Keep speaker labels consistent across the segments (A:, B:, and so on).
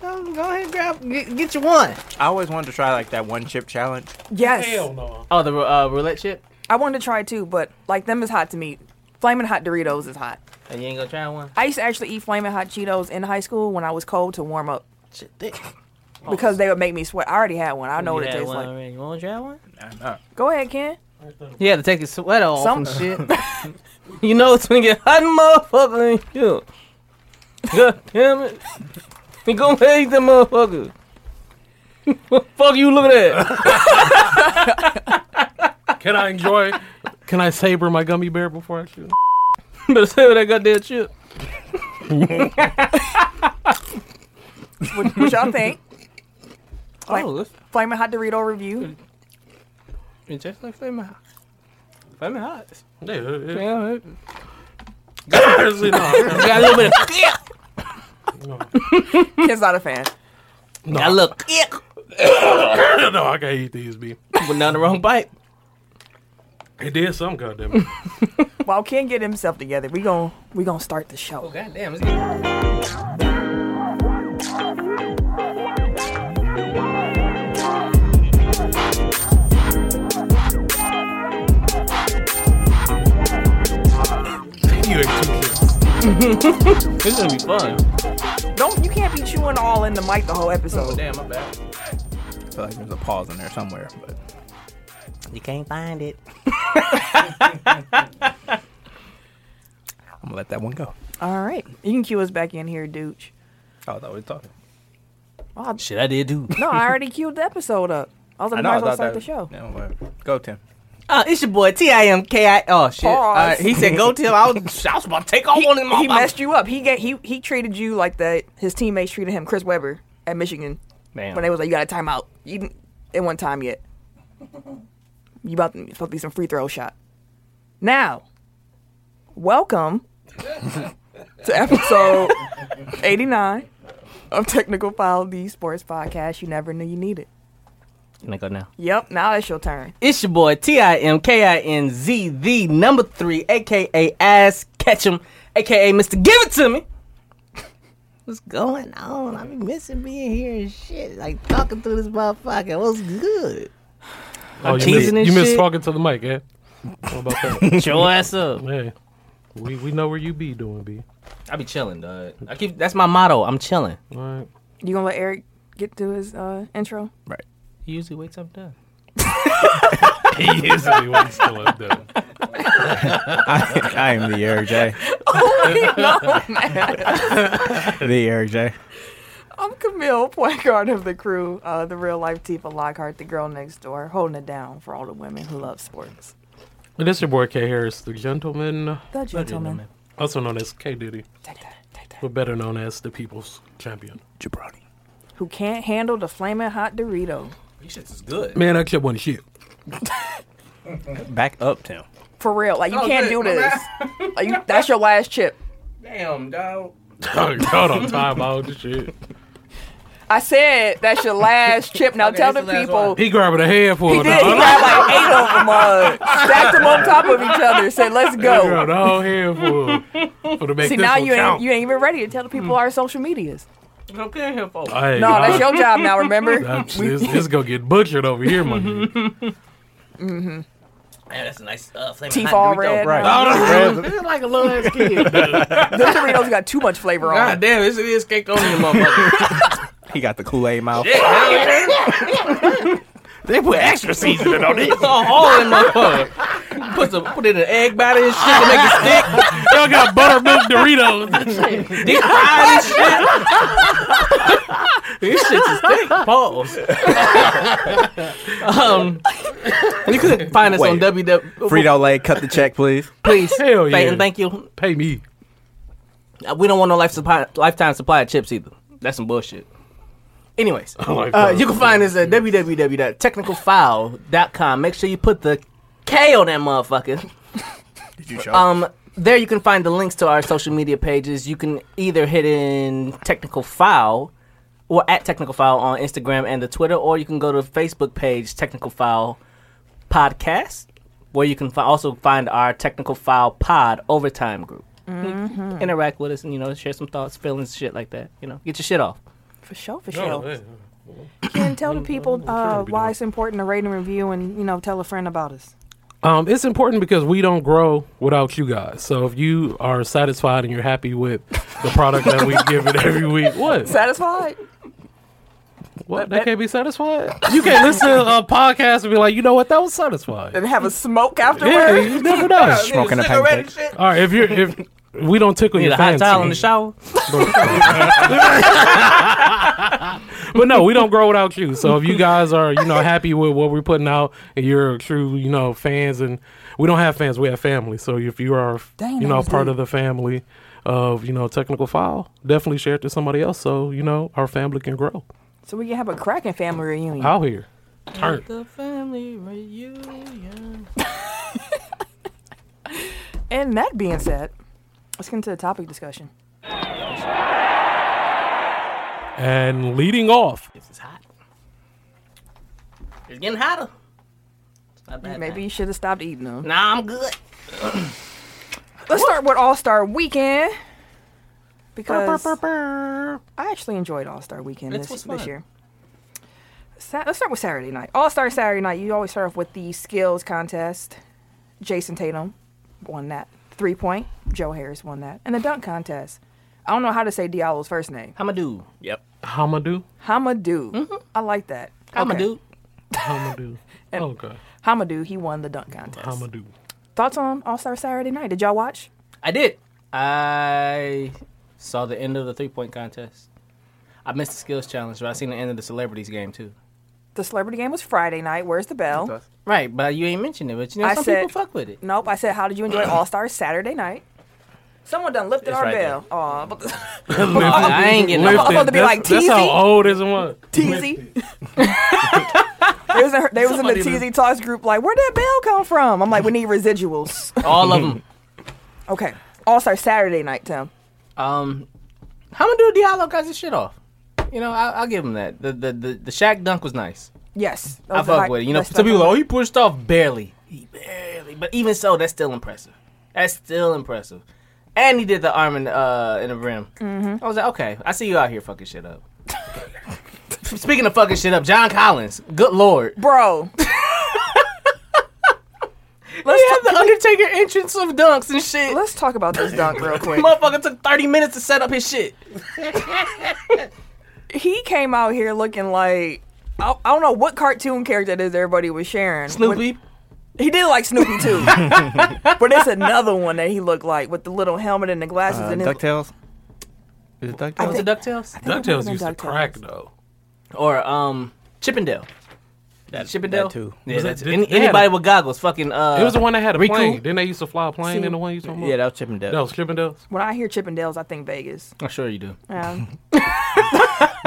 A: Go ahead, grab, get, get you one.
B: I always wanted to try like that one chip challenge.
C: Yes.
D: Hell no.
A: Oh, the rou- uh, roulette chip,
C: I wanted to try it too, but like them is hot to me. Flamin' hot Doritos is hot.
A: and Oh, you ain't gonna try one.
C: I used to actually eat flaming hot Cheetos in high school when I was cold to warm up
A: Shit, thick.
C: because they would make me sweat. I already had one. I know
A: You
C: what it
A: had
C: tastes
A: one
C: like.
A: already. You wanna try one?
B: Nah, nah.
C: Go ahead, Ken.
A: You had to take your sweater off
C: Some-
A: and shit. you know it's gonna get hot, motherfucker. And you. God damn it. You gonna hate the motherfucker. Fuck you looking at.
D: Can I enjoy? Can I savor my gummy bear before I shoot?
A: Better say that goddamn chip.
C: What, what y'all think? Like-
A: oh, that's
C: Flamin' hot Dorito review.
A: it's just like flaming hot. Flaming hot.
D: Yeah, it- it-
A: Yeah, it-
D: Honestly, no.
A: got a little bit of
D: No.
C: Ken's not a fan.
D: No.
A: got a little kick.
D: no, I can't eat these, B.
A: Went down the wrong pipe.
D: It did some goddamn. it.
C: While Ken get himself together, we gon' we gonna start the show.
A: goddamn, it's good.
D: You ate two chips.
A: It's gonna be fun.
C: Don't you can't be chewing all in the mic the whole episode.
A: Oh, Damn, my bad.
B: I feel like there's a pause in there somewhere, but
A: You can't find it.
B: I'm gonna let that one go.
C: All right, you can cue us back in here, dude.
B: I was always talking.
C: Oh,
A: Shit, I did do.
C: no, I already queued the episode up. I was like,
B: I
C: we
B: know.
C: might
B: I
C: as well
B: thought
C: start
B: that.
C: the show.
B: Yeah, whatever. Go, Tim.
A: Uh, it's your boy T I M K I. Oh shit!
C: Pause.
A: Uh, he said go till I was, I was about to take all one of
C: He,
A: them.
C: he messed you up. He get he he treated you like that. His teammates treated him, Chris Webber at Michigan,
A: Man,
C: when they was like, "You got a timeout." You didn't. It wasn't time yet. You about to, about to be some free throw shot. Now, welcome to episode eighty nine of Technical File, the sports podcast you never knew you needed.
A: Can I go now.
C: Yep, now it's your turn.
A: It's your boy T I M K I N Z the number three, aka Ass Ketchum, aka Mister Give It To Me. What's going on? I be missing being here and shit, like talking through this motherfucker. What's good?
D: Oh, you
A: teasing
D: missed,
A: and
D: you missed
A: shit.
D: talking to the mic, eh? What about that?
A: Show ass up.
D: hey, we we know where you be doing, B.
A: I be chilling, dog. I keep that's my motto. I'm chilling.
D: All right.
C: You gonna let Eric get to his uh, intro?
B: Right.
A: He usually wakes up done.
D: He is the one still up there.
B: I, I am the Eric J.
C: no, man.
B: The Eric J.
C: I'm Camille, point guard of the crew, uh, the real life Tifa Lockhart, the girl next door, holding it down for all the women who love sports.
D: And this your boy K Harris, the gentleman,
C: The gentleman.
D: also known as K Diddy,
C: Take that, take that.
D: but better known as the People's Champion.
B: Jabroni.
C: Who can't handle the flaming hot Dorito.
A: These shits is good.
D: Man, I kept one shit.
B: Back up, Tim.
C: For real. Like, you
A: Oh,
C: can't
A: good.
C: do this. Like, you, that's your last chip.
A: Damn, dog.
D: Dog, Y'all don't time out the shit.
C: I said that's your last chip. Now
A: Okay,
C: tell the
A: this the last
C: people.
D: He grabbing a handful.
C: He
D: of
C: did. He grabbed like eight of them, uh, stacked them on top of each other, said, let's
D: He
C: go.
D: grabbed a whole handful. For to make
C: See,
D: this
C: now
D: one
C: you
D: count.
C: ain't, you ain't even ready to tell the people our social medias.
A: Okay, here folks.
D: Hey,
C: No,
D: dog.
C: that's your job now, remember?
D: That's- This, this gonna get butchered over here, my nigga.
A: Man, that's a nice uh, flaming
C: Teeth
A: hot
C: all
A: Dorito.
C: red.
B: right.
A: It's like a little ass kid.
C: Those Doritos got too much flavor on.
A: God
C: them.
A: damn, this is cake on you, motherfucker.
B: He got the Kool Aid mouth.
A: they put extra seasoning on it. It's all in motherfucker. Put some, put in an egg batter and shit to make it stick.
D: Y'all got buttermilk Doritos.
A: Deep fried and shit. These shits is thick. Pause. um, you can find us on
B: Wait.
A: www.
B: Frito Lay, cut the check, please.
A: Please,
D: Hell yeah.
A: and thank you.
D: Pay me.
A: Uh, We don't want no life supply, lifetime supply of chips either. That's some bullshit. Anyways,
D: like
A: uh,
D: that.
A: you can find us at www.technicalfile.com. Make sure you put the K on that motherfucker.
B: Did you show?
A: Um, there you can find the links to our social media pages. You can either hit in Technical File or at Technical File on Instagram and the Twitter, or you can go to the Facebook page Technical File Podcast, where you can fi- also find our Technical File Pod Overtime group. You can Interact with us and you know share some thoughts, feelings, shit like that. You know, get your shit off.
C: For sure, for
D: Oh,
C: sure.
D: yeah.
C: and tell the people uh,
D: to be
C: why
D: doing-
C: it's important to rate and review, and you know, tell a friend about us.
D: Um, it's important because we don't grow without you guys. So if you are satisfied and you're happy with the product that we give it every week, what?
C: Satisfied?
D: What? They can't be satisfied? You can't listen to a podcast and be like, you know what? That was satisfied.
C: And have a smoke
D: Yeah,
C: afterwards?
D: you never know.
B: Smoking a pancake.
D: All right, if you're if we don't tickle
A: Need
D: your
A: a hot
D: fancy,
A: towel in the shower.
D: but no, we don't grow without you. So if you guys are you know happy with what we're putting out and you're true you know fans, and we don't have fans, we have family. So if you are
C: Dang,
D: you
C: that
D: know
C: was
D: part
C: deep.
D: of the family of you know technical file, definitely share it to somebody else so you know our family can grow
C: So we can have a cracking family reunion.
D: out here. Turn.
A: The family reunion.
C: And that being said, let's get into the topic discussion.
D: And leading off,
A: This is hot. It's getting hotter. It's not bad.
C: Maybe you should have stopped eating them.
A: Nah, I'm good.
C: Let's start with All Star Weekend because I actually enjoyed All Star Weekend
A: It
C: this,
A: was
C: this
A: fun.
C: year. Sa- let's start with Saturday night. All Star Saturday night. You always start off with the skills contest. Jason Tatum won that three point. Joe Harris won that, and the dunk contest. I don't know how to say Diallo's first name.
A: I'm a dude. Yep.
D: Hamadou,
C: Hamadou.
A: Mm-hmm.
C: I like that.
A: I'm a
C: Okay.
A: dude.
D: Hamadou, okay,
C: Hamadou. He won the dunk contest.
D: Hamadou.
C: Thoughts on All Star Saturday night? Did y'all watch?
A: I did. I saw the end of the three point contest. I missed the skills challenge, but I seen the end of the celebrities game too.
C: The celebrity game was Friday night. Where's the bell?
A: Right, but you ain't mentioned it. But you know,
C: I
A: some
C: said-
A: people fuck with it.
C: Nope. I said, how did you enjoy All Star Saturday night? Someone done lifted
A: It's
C: our
A: right
C: bell. Aw, but
A: I ain't getting
C: Lift
A: no.
C: I'm supposed to be
D: that's,
C: like
D: that's how
C: TZ?
D: old is one.
C: Teasy. they was, in, they was in the
D: Somebody
C: Teasy Talks group like, where'd that bell come from? I'm like, we need residuals.
A: All of them.
C: okay. All Star Saturday night, Tim.
A: Um, how gonna do Diallo got his shit off? You know, I, I'll give him that. The the the, the Shaq dunk was nice.
C: Yes.
A: I fuck with it. You know, some people are like, oh, he pushed off barely. He barely. But even so, that's still impressive. That's still impressive. And he did the arm in, uh, in the rim. I was like, okay, I see you out here fucking shit up. Speaking of fucking shit up, John Collins, good lord.
C: Bro.
A: Let's have the Undertaker entrance of dunks and shit.
C: Let's talk about this dunk real quick.
A: Motherfucker took 30 minutes to set up his shit.
C: He came out here looking like. I I don't know what cartoon character it is everybody was sharing.
A: Snoopy,
C: He did like Snoopy too, but it's another one that he looked like with the little helmet and the glasses
B: Uh,
C: and his,
B: Ducktales. Is it Ducktales?
A: was it DuckTales?
D: DuckTales
C: been
D: used to
C: DuckTales.
D: crack though.
A: Or um, Chippendale. Chippendale?
B: that too.
A: Yeah,
D: Was
A: that's
D: it-
A: Any,
D: they had
A: anybody
D: a-
A: with goggles, fucking. Uh,
D: It was the one that had a
A: Riku?
D: plane. Then they used to fly a plane.
C: See-
D: Then the one you talking about.
B: Yeah, that was Chip and Dale.
D: that was Chippendales.
C: When I hear Chippendales, I think Vegas.
A: I'm sure you do.
C: Yeah.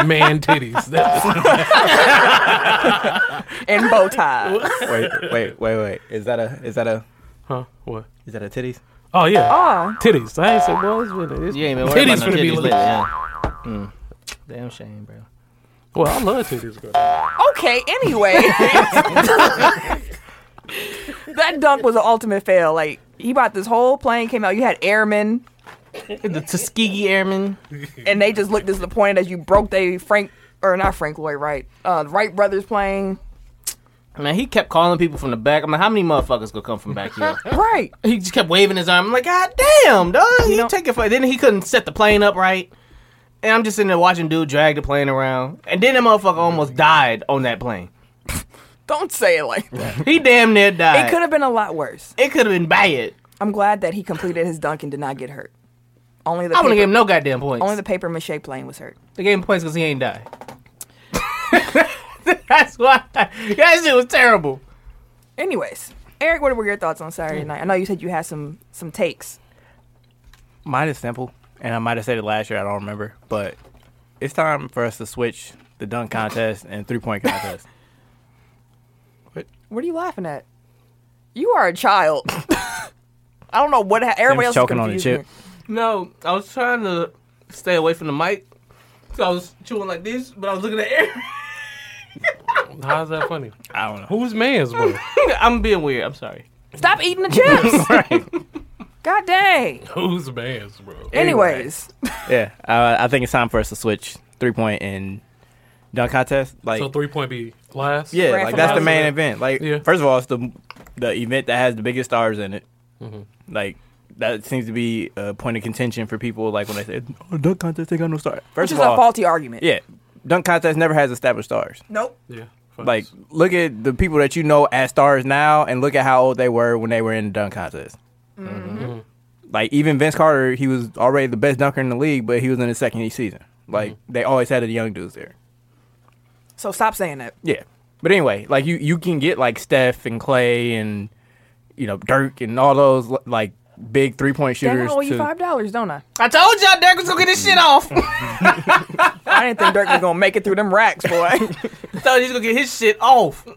D: Man titties. That's
C: and bow tie.
B: wait, wait, wait, wait. Is that a? Is that a?
D: huh? What?
B: Is that a titties?
D: Oh yeah.
C: Oh,
D: Titties. I ain't said boys with it. It's-
A: You ain't been worried
D: titties
A: about no
D: finna
A: titties
D: be
A: lately.
D: lit.
A: Yeah. Mm. Damn shame, bro.
D: Well, I love titties. Girl.
C: okay. Anyway, that dunk was an ultimate fail. Like he bought this whole plane, came out. You had airmen,
A: The Tuskegee Airmen.
C: and they just looked disappointed as you broke they Frank or not Frank Lloyd Wright, uh, Wright brothers plane.
A: Man, he kept calling people from the back. I'm like, how many motherfuckers gonna come from back here?
C: Right.
A: he just kept waving his arm. I'm like, God damn, dog. You
C: know-
A: take it for. Then he couldn't set the plane up right. And I'm just sitting there watching dude drag the plane around. And then the motherfucker almost died on that plane.
C: Don't say it like that.
A: He damn near died.
C: It could have been a lot worse.
A: It could have been bad.
C: I'm glad that he completed his dunk and did not get hurt. Only the
A: I wouldn't
C: paper,
A: give him no goddamn points.
C: only the paper mache plane was hurt.
A: They gave him points because he ain't die. That's why. That shit was terrible.
C: Anyways, Eric, what were your thoughts on Saturday night? I know you said you had some some takes.
B: Mine is simple, and I might have said it last year. I don't remember, but it's time for us to switch the dunk contest and three point contest.
C: What are you laughing at? You are a child. I don't know what ha- everybody else is
B: Tim's choking on the
C: confused
B: chip.
C: here.
A: No, I was trying to stay away from the mic. So I was chewing like this, but I was looking at Eric.
D: How's that funny?
B: I don't know.
D: Who's man's bro?
A: I'm being weird. I'm sorry.
C: Stop eating the chips. God dang.
D: Who's man's bro?
C: Anyways,
B: Yeah, uh, I think it's time for us to switch three point and dunk contest. Like
D: so three point be last.
B: yeah,
C: Grand
B: like that's the
D: finale.
B: main event. Like
D: Yeah.
B: first of all, it's the the event that has the biggest stars in it. Like that seems to be a point of contention for people. Like when they say oh, dunk contest, they got no star.
C: Which
B: First
C: is
B: of all,
C: a faulty argument.
B: yeah, dunk contest never has established stars.
C: Nope.
D: yeah. facts.
B: Like look at the people that you know as stars now, and look at how old they were when they were in the dunk contest.
C: Mm-hmm.
B: Like even Vince Carter, he was already the best dunker in the league, but he was in his second season. Like they always had the young dudes there.
C: So stop saying that.
B: Yeah. But anyway, like you you can get like Steph and Clay and you know Dirk and all those li- like big three point
C: Dang,
B: shooters.
C: I owe you
B: to-
C: five dollars, don't I?
A: I told y'all Dirk was gonna get his shit off.
C: I didn't think Dirk was gonna make it through them racks, boy.
A: I told you he's gonna get his shit off.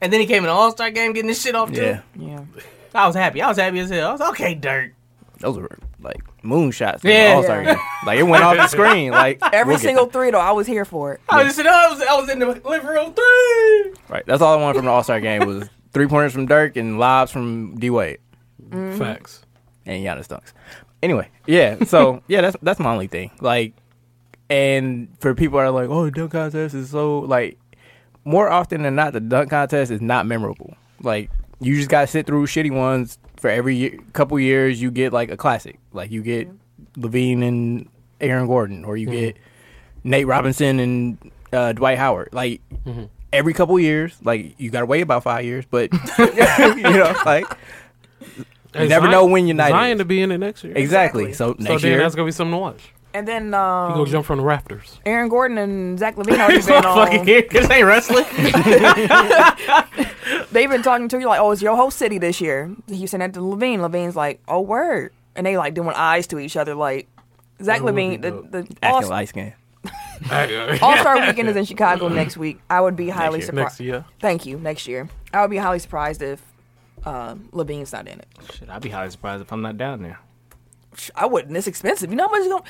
A: And then he came in the All Star game getting his shit off too.
B: Yeah,
C: yeah.
A: I was happy. I was happy as hell. I was okay, Dirk.
B: those were like moonshots.
A: Yeah.
B: Yeah, all-star game. like it went off the screen. Like
C: Every
B: we'll get
C: single
B: that.
C: three though, I was here for it.
A: I was just I was I was in the living room three.
B: right. That's all I wanted from the All Star game was three pointers from Dirk and lobs from D Wade
D: Mm-hmm. facts.
B: and Giannis dunks. Anyway, yeah. So yeah, that's that's my only thing. Like, and for people that are like, oh, dunk contest is so like, more often than not, the dunk contest is not memorable. Like, you just gotta sit through shitty ones for every year, couple years. You get like a classic. Like you get Levine and Aaron Gordon, or you get Nate Robinson and uh, Dwight Howard. Like. Every couple years, like you gotta wait about five years, but you know, like
D: You
B: never know when United
D: Zion
B: is.
D: to be in it next year.
B: exactly.
C: Exactly.
B: So
D: So
B: next
D: then
B: year,
D: that's gonna be something to watch.
C: And then
D: You go
C: um,
D: jump from the rafters.
C: Aaron Gordon and Zach Levine already
A: my
C: been on.
A: This ain't wrestling.
C: They've been talking to you like, oh, it's your whole city this year. You sent that to Levine. Levine's like, oh, word. And they like doing eyes to each other, like Zach
D: That would be
C: Levine. The,
D: dope.
C: the
B: acting
C: all,
B: light skin.
C: all Star Weekend is in Chicago next week. I would be highly
B: year.
D: next
C: surprised.
D: year.
C: Thank you. Next year, I would be highly surprised if uh, Levine's not in it.
A: Shit, I'd be highly surprised if I'm not down there.
C: I wouldn't. It's expensive. You know how much it's gonna.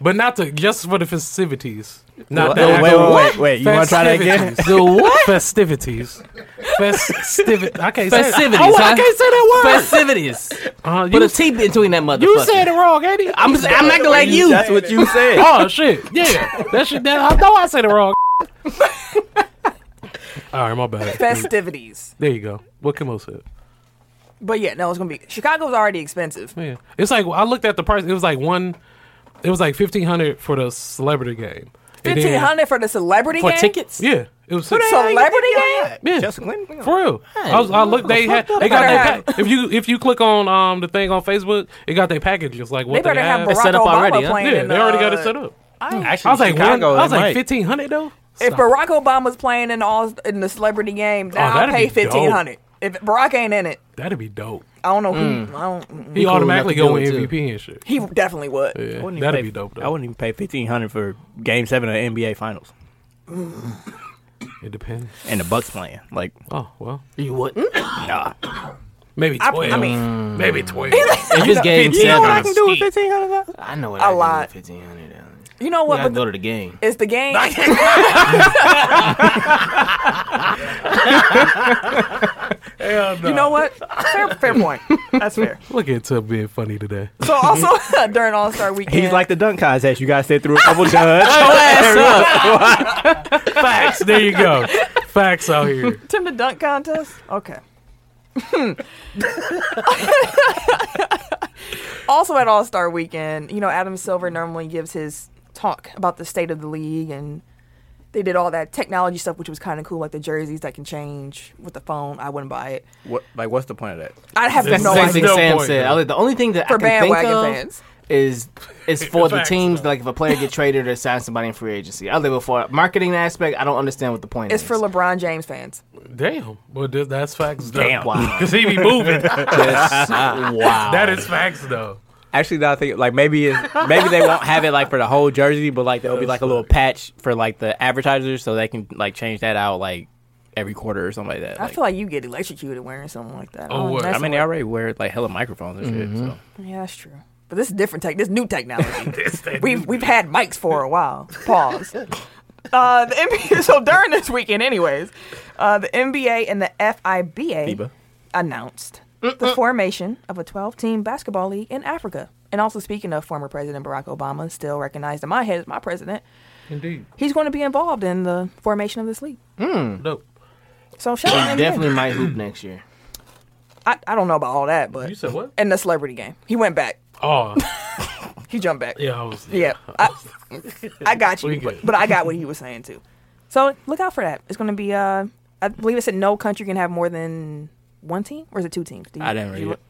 D: But not to just for the festivities. Not
B: Wait,
D: the
B: wait,
D: actual-
B: wait, wait, wait. You wanna try that again?
D: Festivities. The what? Festivities. Festivities. I can't say
A: Festivities,
D: that. Oh,
A: huh?
D: I can't say that word.
A: Festivities.
D: uh,
A: Put
D: you
A: a T between that motherfucker.
D: you said it wrong, Eddie.
A: I'm just, I'm acting like you.
B: That's what you said.
D: oh shit. Yeah. That shit. That, I know I said it wrong. All right, my bad.
C: festivities.
D: there you go. What Kimo said.
C: But yeah, no, it's gonna be Chicago's already expensive.
D: Yeah, it's like I looked at the price. It was like one. It was like fifteen hundred for the celebrity game. And then-
C: Fifteen hundred for the celebrity
A: for
C: game?
A: tickets.
D: Yeah, it was.
C: Celebrity game?
D: Yeah.
B: Justin Clinton.
D: For real, I, was, I looked. They had.
C: Better
D: They got their
C: have-
D: pack. If you if you click on um the thing on Facebook, it got their package. It's like
C: They
D: what they,
C: better have
D: have.
C: Barack
A: set
C: Obama
A: up already, huh?
C: playing.
D: yeah,
C: in
D: they
C: the,
D: already got it set up.
C: I,
B: Actually,
D: I was like, one,
B: Chicago,
D: I was
B: they
D: like
B: might.
D: fifteen hundred though.
C: if
D: Stop. Oh,
C: Barack Obama's playing in all in the celebrity game, then I'll
D: that'd
C: pay
D: be dope.
C: fifteen hundred. If Barack ain't in it,
D: That'd be dope.
C: I don't know who.
D: Mm.
C: I don't. mm-mm.
D: He,
A: cool
D: automatically
A: enough
D: go
A: to
D: with
A: do it, too.
D: MVP and shit.
C: He definitely would.
D: Yeah,
B: I wouldn't even
D: that'd
B: pay-
D: be dope. Though.
B: I wouldn't even pay fifteen hundred for Game Seven of the NBA Finals
D: It depends.
B: and the Bucks playing. Like,
D: Oh well,
A: You wouldn't.
B: nah.
D: maybe
C: I,
D: twelve.
C: I mean,
D: maybe twelve.
A: If it's game
B: You know what I
A: seven,
B: can do with fifteen hundred?
A: I know what
C: A
A: I can do
C: lot.
A: with fifteen hundred dollars.
C: you know
A: I
C: what? But
A: go to the game.
C: it's the game. You know what? Fair, fair point. That's fair.
D: Look at Tub being funny today.
C: So also during All Star Weekend,
B: He's like the dunk contest. You guys sit through a couple duds.
D: Facts. There you go. Facts out here.
C: Tim the dunk contest? Okay. also at All Star Weekend, you know, Adam Silver normally gives his talk about the state of the league and they did all that technology stuff which was kinda cool, like the jerseys that can change with the phone. I wouldn't buy it.
B: what, like, what's the point of that?
C: I have
D: That's
C: no
A: Same
C: idea.
A: thing
D: No
A: Sam
D: point,
A: said.
D: though.
A: I was like, the only thing that
C: For
A: I can think
C: bandwagon
A: of
C: fans.
A: is is for the
D: Facts,
A: teams
D: though.
A: like if a player get traded or sign somebody in free agency. I live it for marketing aspect. I don't understand what the point
C: It's
A: is.
C: for LeBron James fans.
D: Damn. Well, th- that's facts. Though.
B: Damn.
A: Wow.
D: Cause he be moving.
A: wow.
D: that is facts though.
B: Actually, now I think like maybe it's, maybe they won't have it like for the whole jersey, but like there'll be like a little patch for like the advertisers, so they can like change that out like every quarter or something like that.
C: I feel like you get electrocuted wearing something like that.
D: Oh,
C: don't-
D: word.
C: that's
B: I mean, they already wear like hella microphones and shit. So.
C: Yeah, that's true. But this is different tech. This new technology. we've we've had mics for a while. Pause. Uh, the NBA, so during this weekend, anyways, uh, the NBA and the FIBA
B: FIBA.
C: announced the formation of a 12-team basketball league in Africa. And also, speaking of former President Barack Obama, still recognized in my head as my president,
D: Indeed.
C: He's going to be involved in the formation of this league.
D: Dope.
C: So shout out to him again.
A: Definitely might hoop next year.
C: I, I don't know about all that, but
D: You said what?
C: in the celebrity game, he went back.
D: Oh,
C: He jumped back.
D: yeah. I was,
C: Yeah, I, I got
D: We
C: you,
D: good.
C: but, but I got what he was saying too. So look out for that. It's going to be. Uh, I believe it said no country can have more than one team, or is it two teams? Do you-
B: I didn't
C: do
B: read
C: you
B: it.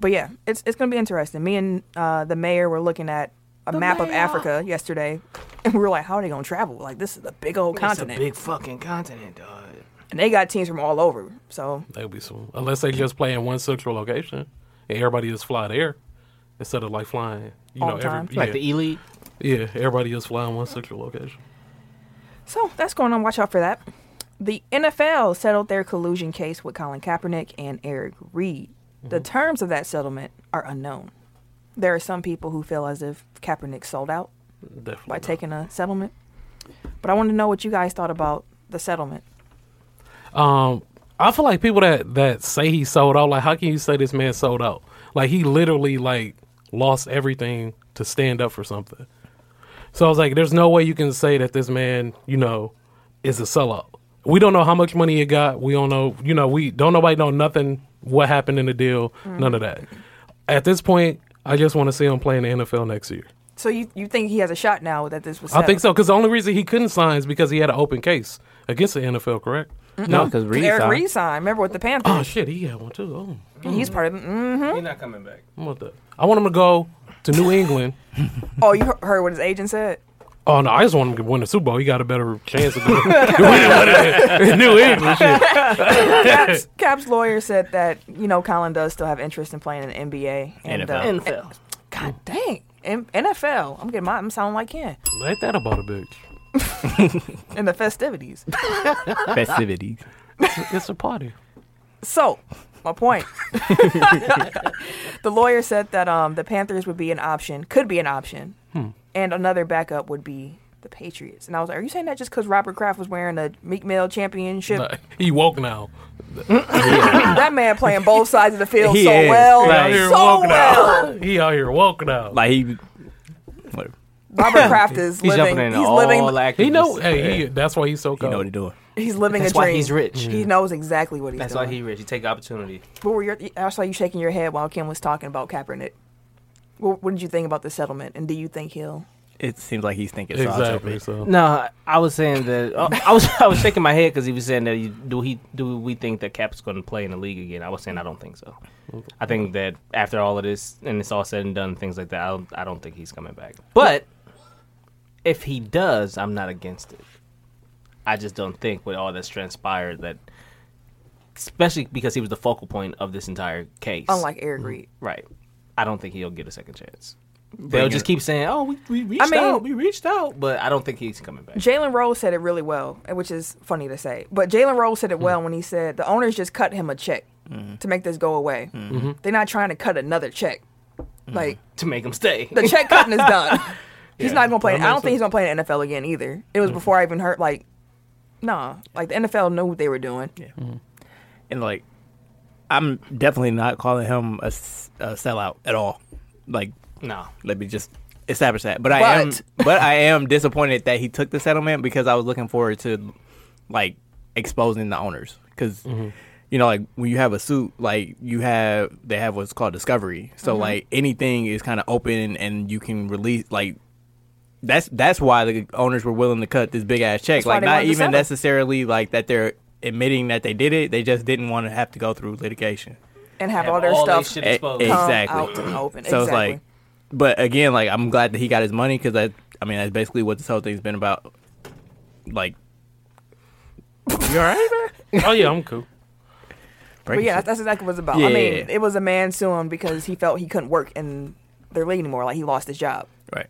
C: But yeah, it's it's going to be interesting. Me and uh, the mayor were looking at a map of
A: mayor.
C: Africa yesterday, and we were like, "How are they going to travel? Like this is a big old
A: It's
C: continent,
A: a big fucking continent, dog.
C: and they got teams from all over." So
D: That'd be some. Unless they just play in one central location and everybody just fly there instead of like flying, you
C: All
D: know,
C: the time.
D: every, yeah,
A: Like the E League.
D: yeah, everybody just fly in one central location.
C: So that's going on. Watch out for that. The NFL settled their collusion case with Colin Kaepernick and Eric Reed.
D: Mm-hmm.
C: The terms of that settlement are unknown. There are some people who feel as if Kaepernick sold out
D: Definitely.
C: by
D: not.
C: taking a settlement. But I want to know what you guys thought about the settlement.
D: Um, I feel like people that that say he sold out, like, how can you say this man sold out? Like, he literally like lost everything to stand up for something. So I was like, there's no way you can say that this man, you know, is a sellout. We don't know how much money he got. We don't know, you know, we don't nobody know nothing what happened in the deal, none of that. At this point, I just want to see him play in the NFL next year.
C: So you, you think he has a shot now that this was
D: I think
C: settled?
D: so because the only reason he couldn't sign is because he had an open case against the NFL, correct?
B: No, because Reed.
C: Eric
B: signed.
C: Reed signed. Remember with the Panthers?
D: Oh shit, he had one too. Oh.
C: He's part of. Mm-hmm.
A: He's not coming back.
D: I want that. I want him to go to New England.
C: Oh, you he- heard what his agent said.
D: Oh no, I just want him to win the Super Bowl. He got a better chance of doing winning in New England. Shit.
C: Caps, Caps lawyer said that you know Colin does still have interest in playing in the NBA and
B: NFL.
C: uh,
A: NFL.
C: God dang. M- NFL. I'm getting my, I'm sounding like him.
D: Ain't that about a bitch?
C: And the festivities.
B: festivities.
D: It's a party.
C: So, my point. the lawyer said that um, the Panthers would be an option, could be an option,
A: Hmm.
C: and another backup would be the Patriots. And I was like, are you saying that just because Robert Kraft was wearing a Meek Mill championship?
D: Like, he woke now.
C: that man playing both sides of the field
B: He
C: so
B: is.
C: well.
D: He out
B: Right.
D: here
C: So
D: woke
C: well.
D: now. He out here woke now.
B: Like he, whatever.
C: Robert Kraft is
A: He's
C: living.
A: jumping in
C: He's
A: all
C: living.
A: activities.
D: he know. Oh. Hey, he, that's why he's so
B: You
D: cold.
B: know what he's doing.
C: He's living
A: That's
C: a dream.
A: why he's rich.
C: He knows exactly what he's
A: That's
C: doing.
A: why he rich. He take opportunity.
C: What were your? I saw you shaking your head while Kim was talking about Kaepernick. What, what did you think about the settlement? And do you think he'll?
B: It seems like he's thinking.
D: exactly.
B: Exactly.
D: So
A: No, I was saying that uh, I was I was shaking my head because he was saying that he, do he do we think that Cap's going to play in the league again? I was saying I don't think so. I think that after all of this and it's all said and done, things like that, I don't, I don't think he's coming back. But if he does, I'm not against it. I just don't think with all that's transpired that, especially because he was the focal point of this entire case.
C: Unlike Eric
B: Mm.
C: Reed,
A: right, I don't think he'll get a second chance. They'll
B: Bring
A: just
B: it-
A: keep saying, "Oh, we, we reached
C: mean-
A: out, we reached out," but I don't think he's coming back.
C: Jalen Rose said it really well, which is funny to say. But Jalen Rose
B: Mm.
C: said it well when he said the owners just cut him a check to make this go away.
B: Mm.
C: They're not trying to cut another check. Like
A: to make him stay.
C: the check cutting is done. he's not gonna play. I
D: that
C: don't
D: makes
C: think he's gonna play in the NFL again either. It
B: Mm.
C: was before I even heard. Like, nah. Like the NFL knew what they were doing.
B: and like I'm definitely not calling him a, s- a sellout at all. Like
A: no.
B: let me just establish that. But I am
C: But-
B: but I am disappointed that he took the settlement because I was looking forward to like exposing the owners because
C: Mm-hmm.
B: you know like when you have a suit like you have they have what's called discovery. So
C: Mm-hmm.
B: like anything is kind of open and you can release like that's that's why the owners were willing to cut this big ass check.
C: why
B: Like
C: they
B: not
C: wanted to
B: even
C: settle.
B: necessarily like that they're admitting that they did it. They just didn't want to have to go through litigation.
C: And have,
A: Have
C: all their
A: all their
C: stuff
A: shit
B: E-
A: Exposed.
B: Exactly.
A: Come
C: out to the open. exactly.
B: So it's like, but again, like I'm glad that he got his money because I, I mean, that's basically what this whole thing's been about. Like, you all right, man?
D: oh yeah, I'm cool.
C: But yeah, that's exactly what it's about. I
B: Yeah.
C: mean, it was a man suing because he felt he couldn't work in their league anymore. Like he lost his job.
B: right.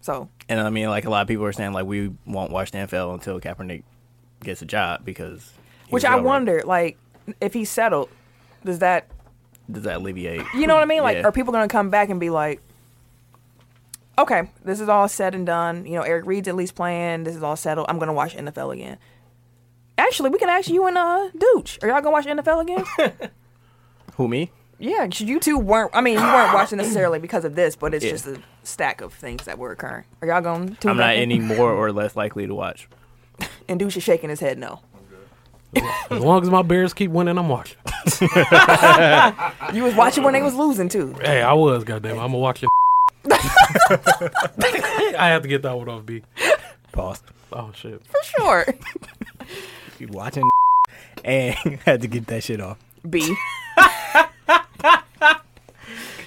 C: So
B: And I mean, like a lot of people are saying, like we won't watch the NFL until Kaepernick gets a job because, he
C: which
B: was
C: I
B: already-
C: wonder, like, if he settled, does that
B: does that alleviate?
C: you know what I mean? Like,
B: Yeah.
C: are people gonna come back and be like, Okay, this is all said and done. You know, Eric Reed's at least playing, this is all settled. I'm gonna watch NFL again. Actually, we can ask you and uh Dooch. Are y'all gonna watch NFL again?
B: Who me?
C: Yeah, 'cause you two weren't. I mean, you weren't watching necessarily because of this, but it's
B: Yeah.
C: just a stack of things that were occurring. Are y'all going to?
B: I'm not any more or less likely to watch.
C: And Deuce is shaking his head no.
D: As long as my Bears keep winning, I'm watching.
C: You was watching when they was losing too.
D: Hey, I was, goddamn. I'm going to watch your. I have to get that one off B.
B: Pause.
D: Oh, shit.
C: For sure.
B: You watching and had to get that shit off.
C: B.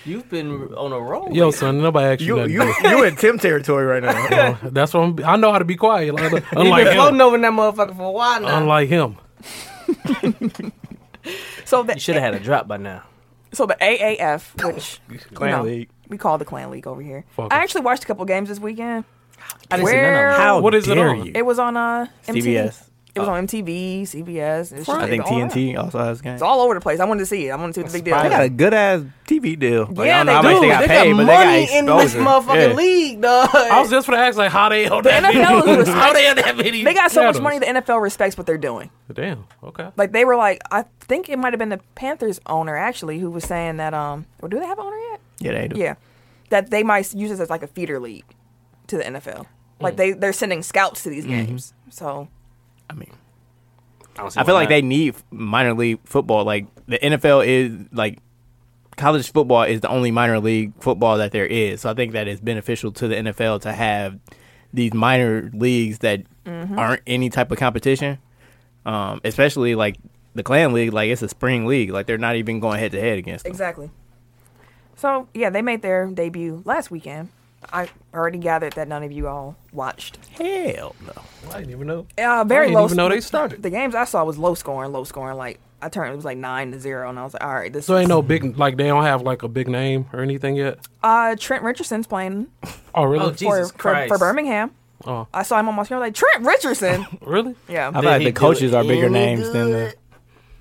A: You've been on a roll.
D: Yo, son, nobody asked you,
B: You
D: nothing.
B: you you in Tim territory right now.
D: bro. That's what I'm, I know how to be quiet. Like,
A: You've
D: unlike
A: been floating
D: him.
A: over that motherfucker for a while now.
D: Unlike him.
C: So the
A: you should have had a drop by now.
C: so the AAF, which
B: Clan
C: you know,
B: League.
C: we call the Clan League over here.
D: Fuck
C: I
D: it.
C: actually watched a couple games this weekend.
A: I didn't see none of
C: Where
A: them.
B: How
D: What is it
B: dare
D: on?
B: you?
C: it was on uh MTV.
B: CBS.
C: It was on MTV, CBS. It's just
B: Oh. I think
C: all around.
B: TNT also has games.
C: It's all over the place. I wanted to see it. I wanted to see what the big deal.
B: They got
C: was.
B: a good ass TV deal. Like,
C: Yeah,
B: I don't know how
C: they do.
B: much they got
A: They
B: paid,
A: got
B: but they got
A: money in this
B: exposure.
A: motherfucking
B: Yeah.
A: league, dog.
D: I was just for to ask, like, how they held that
C: The NFL
D: video.
C: was-
A: Oh,
D: How they held that video.
C: They got so much
D: together.
C: money. The NFL respects what they're doing.
D: Damn. Okay.
C: Like they were like, I think it might have been the Panthers owner actually who was saying that. Um, or do they have an owner yet?
B: Yeah, they do.
C: Yeah, that they might use this as like a feeder league to the NFL.
D: Mm.
C: Like they they're sending scouts to these
D: Mm-hmm.
C: games. So
B: I mean,
A: I, don't see
B: I feel
A: why
B: like
A: not.
B: they need minor league football. Like the NFL is like college football is the only minor league football that there is. So I think that it's beneficial to the NFL to have these minor leagues that
A: Mm-hmm.
B: aren't any type of competition. Um, especially like the clan league, like it's a spring league. Like they're not even going head to head against. Them.
C: exactly. So yeah, they made their debut last weekend. I already gathered that none of you all watched.
B: Hell no.
D: I didn't even know.
C: Uh, very
D: I didn't
C: low.
D: even know they started.
C: The games I saw was low scoring, low scoring. Like I turned, it was like nine to zero, and I was like, all right, this.
D: So
C: is-
D: ain't no big like they don't have like a big name or anything yet.
C: uh, Trent Richardson's playing
D: Oh really?
A: Oh,
C: for,
A: Jesus
C: for,
A: Christ.
C: for Birmingham.
D: Oh.
C: I saw him on my screen. I was like, Trent Richardson.
D: Really?
C: yeah.
B: I
A: Did
B: feel like
A: he
B: the
A: do
B: coaches are bigger
A: any
B: names than the.
A: good?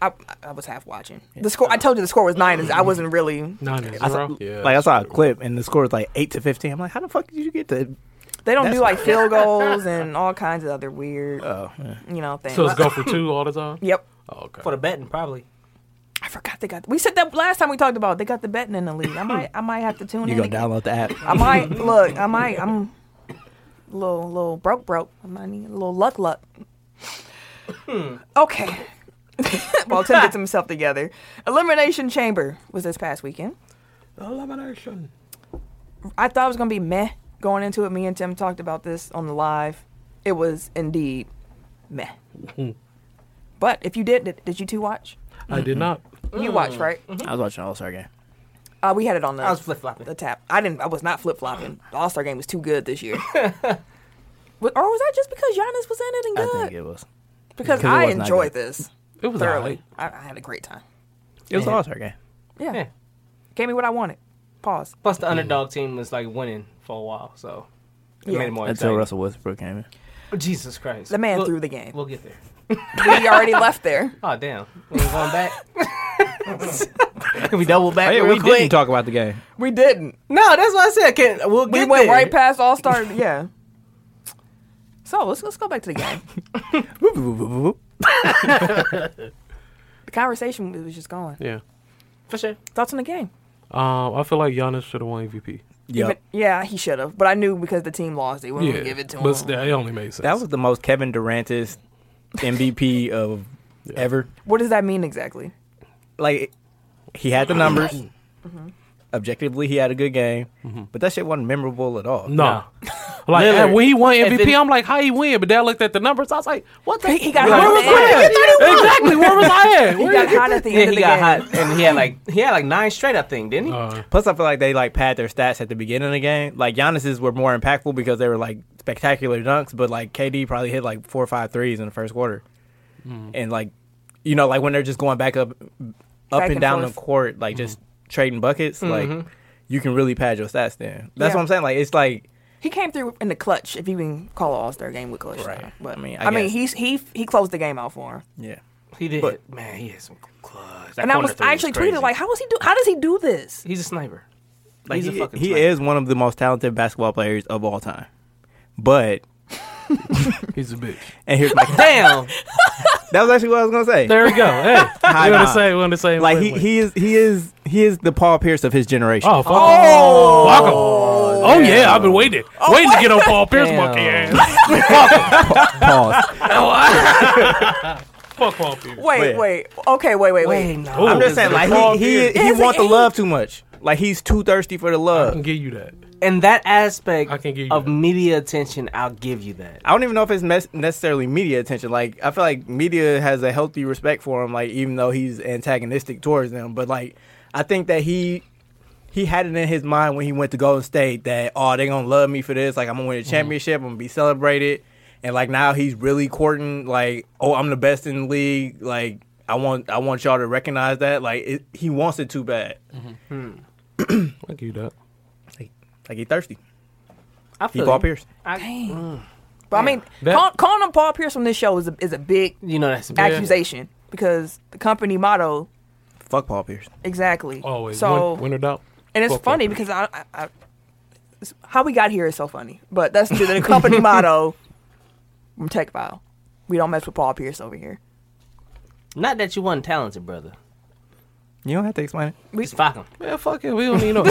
C: I, I was half watching. The score, I told you the score was nine. I wasn't really.
D: Nine to
B: I saw,
D: zero. Yeah.
B: like I saw a clip and the score was like eight to fifteen. I'm like, how the fuck did you get to?
C: They don't
B: That's-
C: do like field goals and all kinds of other weird,
B: Oh, yeah.
C: you know, things.
D: so it's go for two all the time.
C: yep.
D: Oh, okay.
A: for the betting probably.
C: I forgot they got. We said that last time we talked about. it. They got the betting in the league. I might, I might have to tune
B: you
C: in.
B: gonna
C: again.
B: download the app?
A: Mm-hmm.
C: I might look. I might. I'm a little, little broke, broke. I might need a little luck, luck. Okay. While Tim gets himself together, Elimination Chamber was this past weekend.
D: Elimination.
C: I thought it was gonna be meh going into it. Me and Tim talked about this on the live. It was indeed meh.
A: Mm-hmm.
C: but if you did, did, did you two watch?
D: I did not.
C: You watched, right?
B: I was watching All Star game.
C: Uh, we had it on the
A: Mm-hmm. I was flip flopping.
C: the tap. I didn't. I was not flip flopping. The All Star game was too good this year. But- or was that just because Giannis was in it and
B: I
C: good?
B: think it was.
C: because
B: 'cause it
C: I
B: was not
C: enjoyed
B: good.
C: this
D: It was
C: thoroughly.
D: early.
C: I, I had a great time.
B: It was All Star game.
C: Yeah.
A: Yeah.
C: gave me what I wanted. Pause.
A: Plus the underdog team was like winning for a while, so it
C: Yeah.
A: made it more
B: Until
A: exciting.
B: Russell Westbrook came in.
A: Jesus Christ,
C: The man
A: We'll-
C: threw the game.
A: We'll get there.
C: we already left there.
A: Oh damn, we ain't going back. Can we double back
B: Hey,
A: real
B: Oh, we
A: quick?
B: didn't talk about the game.
C: We didn't.
A: no, that's what I said. Can we'll
C: We
A: get
C: went
A: there.
C: right past All Star. Yeah. So let's let's go back to the game. The conversation was just going.
D: Yeah.
A: for sure.
C: Thoughts on the game?
D: Um, I feel like Giannis should have won MVP.
B: Yeah,
C: Even- yeah, he should have. But I knew because the team lost, they wouldn't
D: yeah.
C: give it to
D: but
C: him.
D: still, it only made sense.
B: that was the most Kevin Durantist MVP of ever.
C: what does that mean exactly?
B: Like he had the numbers.
A: Mm-hmm.
B: Objectively, he had a good game, but that shit wasn't memorable at all.
D: no. Like
A: Lillard.
D: when he won MVP,
A: then-
D: I'm like, how he win? But then I looked at the numbers. I was like, what the?
C: He got
D: where
C: hot
D: was
C: at the
D: I? at? Exactly. Where was I at?
C: He
D: Where-
C: got hot at the
A: Yeah,
C: end
A: he
C: of the
A: got
C: game.
A: hot, and he had like he had like nine straight. I think didn't he?
D: Uh,
B: Plus, I feel like they like pad their stats at the beginning of the game. Like Giannis's were more impactful because they were like spectacular dunks, but like KD probably hit like four or five threes in the first quarter, and like you know like when they're just going back up, up and,
C: and
B: down
C: forth. Mm-hmm.
B: the court, like just trading buckets, like you can really pad your stats. Then that's
C: Yeah.
B: what I'm saying. Like it's like
C: He came through in the clutch, if you can call an All Star game with clutch.
B: Right.
C: now. But
B: I
C: I
B: mean,
C: mean,
B: I
C: I, mean, he's
B: guess.
C: he he closed the game out for him.
B: yeah,
A: He did.
B: But-
A: Man, he had some clutch. That
C: And I
A: corner
C: was
A: three
C: I actually
A: crazy.
C: tweeted like, how is he do? How does he do this?
A: he's a sniper.
B: like
A: he's
B: he,
A: a fucking
B: he
A: sniper.
B: is one of the most talented basketball players of all time. But
D: he's a bitch.
B: and here's my
A: Damn,
B: that was actually what I was gonna say.
D: There we go. Hey,
B: High
D: we're on the
B: five.
D: same. We're on the same.
B: like he,
D: wavelength.
B: he is he is he is the Paul Pierce of his generation.
D: Oh, fuck oh, fuck him. Oh yeah, Oh, I've been waiting, waiting to get on Paul Pierce monkey
A: Damn.
D: ass.
B: Pause.
D: fuck Paul Pierce.
C: Wait,
B: Wait.
C: wait. Okay, wait, wait, wait.
A: Wait, no.
D: Ooh.
B: I'm just saying, like he he, he,
C: He's a-
B: want the
C: he-
B: love too much. Like he's too thirsty for the
D: I can
B: love.
D: give you that.
A: in that aspect
D: I can give you
A: of
D: that.
A: media attention, I'll give you that.
B: I don't even know if it's mes- necessarily media attention. Like I feel like media has a healthy respect for him. Like even though he's antagonistic towards them, but like I think that he he had it in his mind when he went to Golden State that oh they gonna love me for this. Like I'm gonna win a championship. I'm gonna be celebrated. And like now he's really courting like oh I'm the best in the league. Like I want I want y'all to recognize that. Like it, he wants it too bad.
D: I give you that.
B: Like, like he thirsty.
A: I
B: He
A: feel
B: Paul
A: you.
B: Pierce.
A: I, mm.
C: But I mean,
D: That-
C: call, calling him Paul Pierce on this show is a, is a big
A: you know that's
C: accusation because the company motto
B: Fuck Paul Pierce.
C: exactly.
D: Always.
C: So
D: Win, win or doubt.
C: and it's
D: Fuck Paul
C: funny
D: Pierce.
C: because I, I, I it's- how we got here is so funny, but that's the, the company motto from Tech File. We don't mess with Paul Pierce over here.
A: Not that you wasn't talented, brother.
B: You don't have to explain it.
A: Just fuck him.
D: Man, fuck it. We don't need no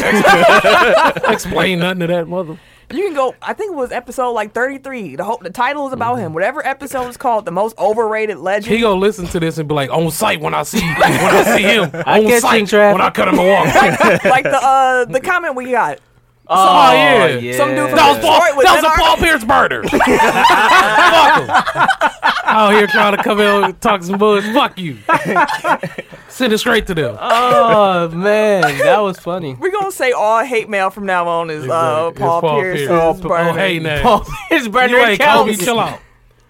D: explain nothing to that mother.
C: You can go. I think it was episode like thirty three. The whole the title is about him. Whatever episode is called, the most overrated legend.
D: Mm-hmm. He gonna listen to this and be like, on sight when I see when I see him.
A: I catch
D: on
A: you,
D: sight
A: Trav.
D: when I cut him off.
C: like the uh the comment we got.
A: Oh,
D: yeah.
C: Some dude from
D: That was
C: Detroit
D: Paul.
C: was
D: that was
C: in
D: a
C: our-
D: Paul Pierce murder. Fuck him. Out here trying to come out and talk some bullshit. Fuck you. Send it straight to them.
A: Oh man, that was funny.
C: We're gonna say all hate mail from now on is uh, Paul,
D: Exactly. It's Paul
C: Pierce.
D: Pierce.
C: is
D: Oh,
C: burning.
D: hey now.
A: Paul Pierce burner
D: you ain't Kobe.
A: accounts.
D: Chill out.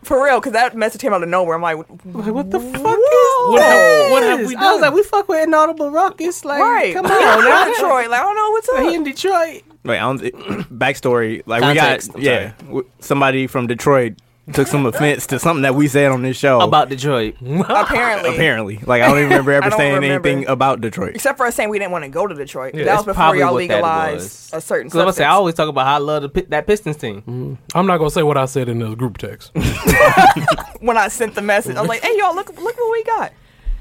C: For real, because that message came out of nowhere. I'm like,
A: Like, what the fuck is
D: What have-
A: this?
D: what have we
A: I was
D: done?
A: like, we fuck with inaudible rockets. Like,
C: right?
A: come
C: Yeah,
A: on,
C: they're
A: now.
C: in Detroit. Like, I don't know what's up.
A: He in Detroit.
B: Wait, I don't. backstory. Like
A: Context, I'm
B: we got, yeah, w- somebody from Detroit took some offense to something that we said on this show.
A: About Detroit.
C: apparently,
B: apparently, like I don't even remember
C: I
B: ever
C: don't
B: saying
C: remember.
B: anything about Detroit.
C: except for us saying we didn't want to go to Detroit. that
A: That's
C: was before
A: probably
C: y'all
A: what that
C: legalized
A: was.
C: a certain.
A: Because I
C: Substance.
A: say, I always talk about how I love the, Pi- that Pistons team.
D: I'm not gonna say what I said in the group text.
C: when I sent the message, I'm like, hey y'all, look look what we got.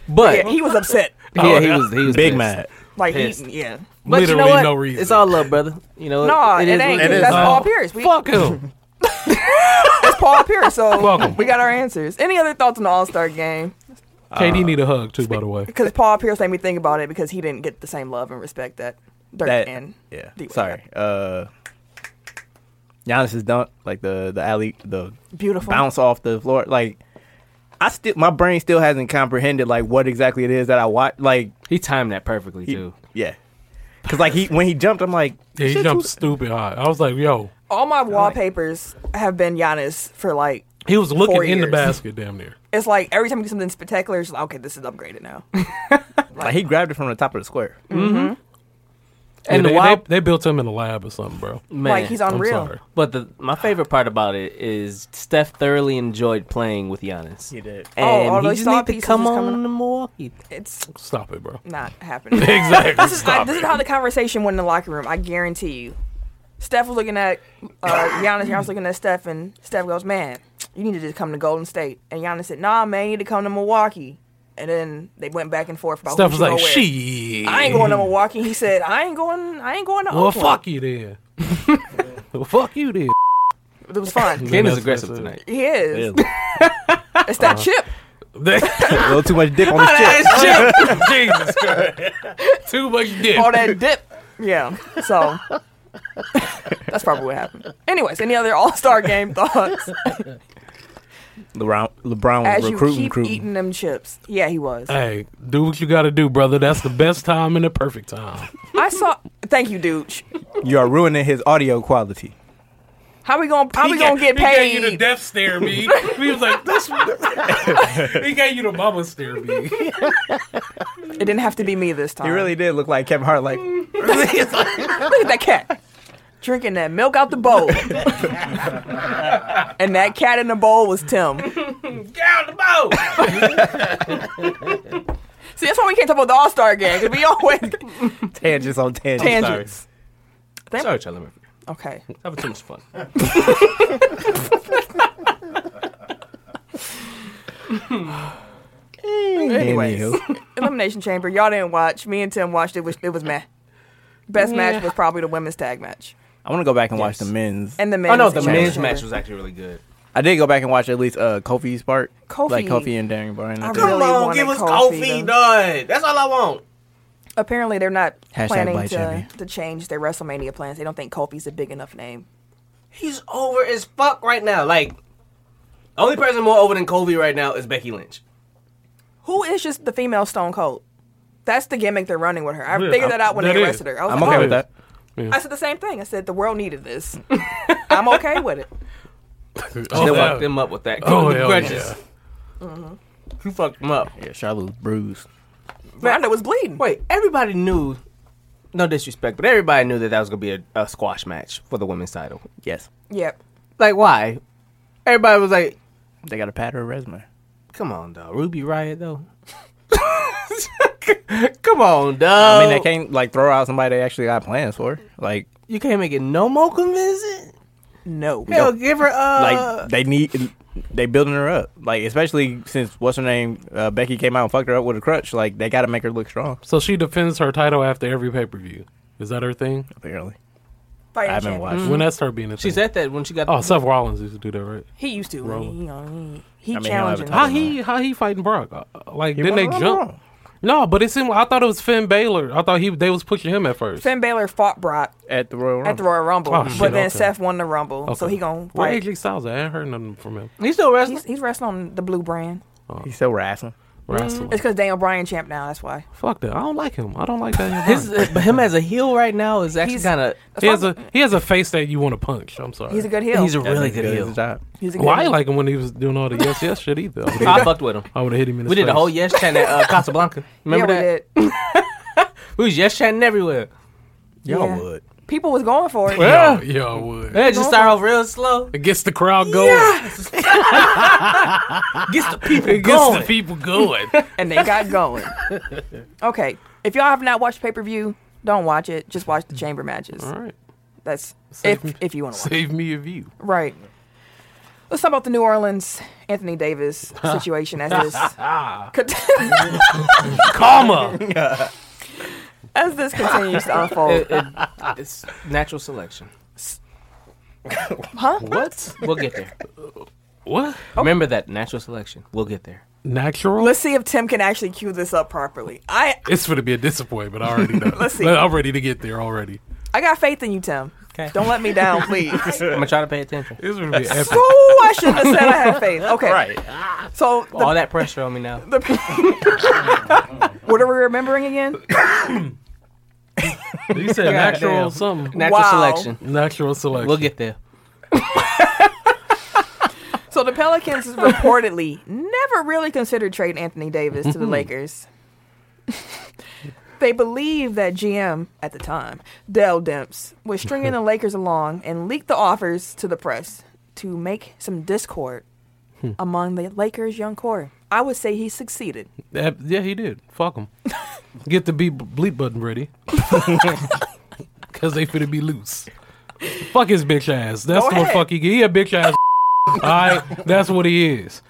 A: But
C: Yeah, he was upset.
A: yeah, he was he was
B: Big
A: pissed.
B: mad.
C: Like, he,
A: Pissed.
C: yeah.
A: But
D: Literally
A: you know what?
D: no reason.
A: It's all love, brother. You know,
C: No, it,
A: is
C: ain't.
A: what
B: it is.
C: That's
B: Oh.
C: Paul Pierce. We,
D: Fuck him.
C: That's Paul Pierce. So
D: Welcome.
C: we got our answers. Any other thoughts on the All Star game? Uh,
D: KD need a hug too, by the way.
C: Because Paul Pierce made me think about it because he didn't get the same love and respect that Dirk
B: That
C: and
B: yeah.
C: D-Wade
B: Sorry. Uh, Giannis's dunk, like the the alley, the
C: beautiful.
B: bounce off the floor. Like I still, my brain still hasn't comprehended like what exactly it is that I watched. Like
A: He timed that perfectly
B: he-
A: too.
B: yeah, because like he when he jumped, I'm like,
D: Yeah, he
B: shit,
D: jumped
B: who-
D: stupid high. I was like, yo,
C: All my wallpapers have been Giannis for like.
D: he was looking
C: Four
D: in the
C: years.
D: basket damn near.
C: It's like every time we do something spectacular, it's like okay, this is upgraded now.
B: Like he grabbed it from the top of the square.
A: And
D: Yeah,
A: the
D: they,
A: wild
D: they, they built him in a lab or something, bro.
A: man.
C: like he's
D: I'm
C: unreal.
D: sorry.
A: but the my favorite part about it is Steph thoroughly enjoyed playing with Giannis.
B: He did.
A: And
C: Oh, all
A: he
C: those
A: just
C: star
A: need to
C: pieces
A: come
C: is
A: on
C: coming
A: to Milwaukee.
C: It's
D: Stop it, bro.
C: not happening.
D: Exactly.
C: This is I,
D: Stop
C: this is
D: it.
C: how the conversation went in the locker room. I guarantee you. Steph was looking at uh, Giannis. Giannis looking at Steph, and Steph goes, "Man, you need to just come to Golden State." And Giannis said, "Nah, man, you need to come to Milwaukee." And then they went back and forth about
D: Steph
C: who
D: was
C: should
D: like,
C: go where.
D: shit.
C: I ain't going to Milwaukee. He said, I ain't going. I ain't going to.
D: Well,
C: Oakland."
D: fuck you then. well, fuch you then.
C: It was fun.
A: Game is
D: that's-
A: aggressive
D: that's
A: tonight.
D: it.
C: he is. It's
D: Uh-huh.
C: that chip.
B: a little too much dip on his chip.
D: Jesus Christ. Too much dick.
C: All that dip. Yeah. So that's probably what happened. Anyways, any other All Star game thoughts?
B: LeBron, LeBron was
C: As
B: recruiting,
C: you keep
B: recruiting.
C: eating them chips. Yeah, he was.
D: Hey, do what you gotta do, brother. That's the best time and the perfect time.
C: I saw. Thank you, dude.
B: You are ruining his audio quality.
C: How we gonna How we gonna get
D: He gave you the
C: paid?
D: death stare, me. He was like, this. he gave you the mama stare, me.
C: It didn't have to be me this time.
B: He really did look like Kevin Hart. Like,
C: Look at that cat drinking that milk out the bowl. and that cat in the bowl was Tim.
D: Down the boat.
C: See, that's why we can't talk about the All Star game because we always get
B: tangents on tangents.
C: tangents.
A: Sorry, Charlie Murphy.
C: Okay.
A: Having too much fun.
B: Anywho.
C: Anyways, Elimination Chamber. Y'all didn't watch. Me and Tim watched. It was it was meh. Best match
D: Yeah.
C: was probably the women's tag match
B: I want to go back and watch the men's.
C: and the men's.
A: Oh no, the
C: Elimination
A: men's
C: Chamber.
A: match was actually really good.
B: I did go back and watch at least uh, Kofi's part,
C: Kofi.
B: like Kofi and Darren Bryan. I
C: I
B: think.
C: really-
A: Come on,
C: wanted
A: give us
C: Kofi,
A: Kofi,
C: though.
A: done. That's all I want.
C: Apparently, they're not
B: Hashtag
C: planning
B: Black
C: to,
B: Champion.
C: to change their WrestleMania plans. They don't think Kofi's a big enough name.
A: He's over as fuck right now. Like, only person more over than Kobe right now is Becky Lynch.
C: Who is just the female Stone Cold? That's the gimmick they're running with her. I
D: Yeah,
C: figured that out when
D: that
C: they
D: is.
C: arrested her. I was
B: I'm
C: like,
B: okay
C: oh.
B: with that.
C: I said the same thing. I said the world needed this. I'm okay with it.
A: they
D: Oh,
A: fucked
D: yeah.
A: him up with that.
D: Oh,
A: Oh, the
D: hell
A: grudges.
D: yeah.
A: You fucked him up.
B: Yeah, Charlotte's bruised.
C: Ronda was bleeding.
A: Wait, everybody knew. No disrespect, but everybody knew that that was gonna be a, a squash match for the women's title.
B: Yes,
C: Yep.
A: Like, why? Everybody was like,
B: they got to pad her resume.
A: "Come on, dog. Ruby Riot, though. Come on, dog.
B: I mean, they can't like throw out somebody they actually got plans for. Like,
A: You can't make it no more convincing.
C: No.
A: Hell, give her
B: like
A: uh,
B: they need they building her up. Like, especially since what's her name uh, Becky came out and fucked her up with a crutch. Like, they got to make her look strong.
D: So she defends her title after every pay per view. Is that her thing?
B: Apparently,
C: Fighting
B: I haven't
C: champ.
B: watched.
D: When that's her being a
A: she
D: thing.
A: said that when she got.
D: Oh, Seth Rollins used to do that, right?
C: He used to.
D: Roman.
C: He, you know, he, he
B: I mean,
C: challenging.
B: he'll
D: How
B: have
C: her.
B: a
D: he how he fighting Brock? Uh, uh, Like
B: He
D: didn't they
B: won the
D: jump?
B: Rumble.
D: No, but it seemed I thought it was Finn Balor. I thought he they was pushing him at first.
C: Finn Balor fought Brock
B: at the Royal Rumble.
C: at the Royal Rumble,
D: Oh,
C: but
D: shit,
C: then
D: okay.
C: Seth won the Rumble, so he gonna
D: Where
C: fight.
D: AJ Styles? at? I ain't heard nothing from him.
A: He's still wrestling.
C: He's, he's wrestling on the blue brand.
B: He's still wrestling.
D: Wrestling.
C: It's because Daniel Bryan champ now. That's why.
D: Fuck that. I don't like him. I don't like Daniel
A: His, uh,
D: Bryan.
A: but him as a heel right now is actually
C: He's-
A: kind of.
D: He has a he has a face that you want to punch. I'm sorry.
C: He's a good heel.
A: He's a really
B: That's
A: good
B: as
A: heel.
B: as a job.
C: He's a good
D: well, I
C: heel.
D: ain't like him when he was doing all the yes yes shit either. I would've-
A: I fucked with him.
D: I would have hit him in the
A: We did a whole yes chant at uh, Casablanca. Remember
C: yeah,
A: that?
C: We did.
A: We was yes chanting everywhere.
B: Y'all
C: Yeah.
B: would.
C: People was going for it.
D: Yeah, yeah, I would.
A: Yeah, just start off real slow.
D: It gets the crowd going.
A: Gets the people
D: It gets
A: going.
D: the people going.
C: and they got going. Okay, if y'all have not watched pay per view, don't watch it. Just watch the chamber matches.
D: all right.
C: That's
D: Save
C: if
D: me.
C: if you want to watch.
D: Save me a view.
C: Right. Let's talk about the New Orleans Anthony Davis situation as this cont-
D: Karma.
C: as this continues to unfold.
A: It- it- it's natural selection.
C: Huh?
A: What? We'll get there.
D: what?
A: Remember that natural selection. We'll get there.
D: Natural.
C: Let's see if Tim can actually cue this up properly. I
D: It's gonna be a disappointment. I already know.
C: Let's see.
D: I'm ready to get there already.
C: I got faith in you, Tim.
A: Okay.
C: Don't let me down, please.
A: I'm gonna try to pay attention.
D: It's gonna be epic.
C: Ooh, I shouldn't have said I had faith. Okay. Right. So the,
A: All that pressure on me now.
C: what are we remembering again?
D: You said natural something.
A: Natural
C: Wow.
A: selection.
D: Natural selection.
A: We'll get there.
C: So the Pelicans has reportedly never really considered trading Anthony Davis to the Lakers. they believe that GM at the time, Dell Demps, was stringing the Lakers along and leaked the offers to the press to make some discord among the Lakers' young core. I would say he succeeded.
D: Uh, yeah, he did. Fuck him. Get the beep, bleep button ready. Because they finna be loose. Fuck his bitch ass. That's
C: Go
D: what
C: ahead.
D: fuck he He a bitch ass. All right? That's what he is.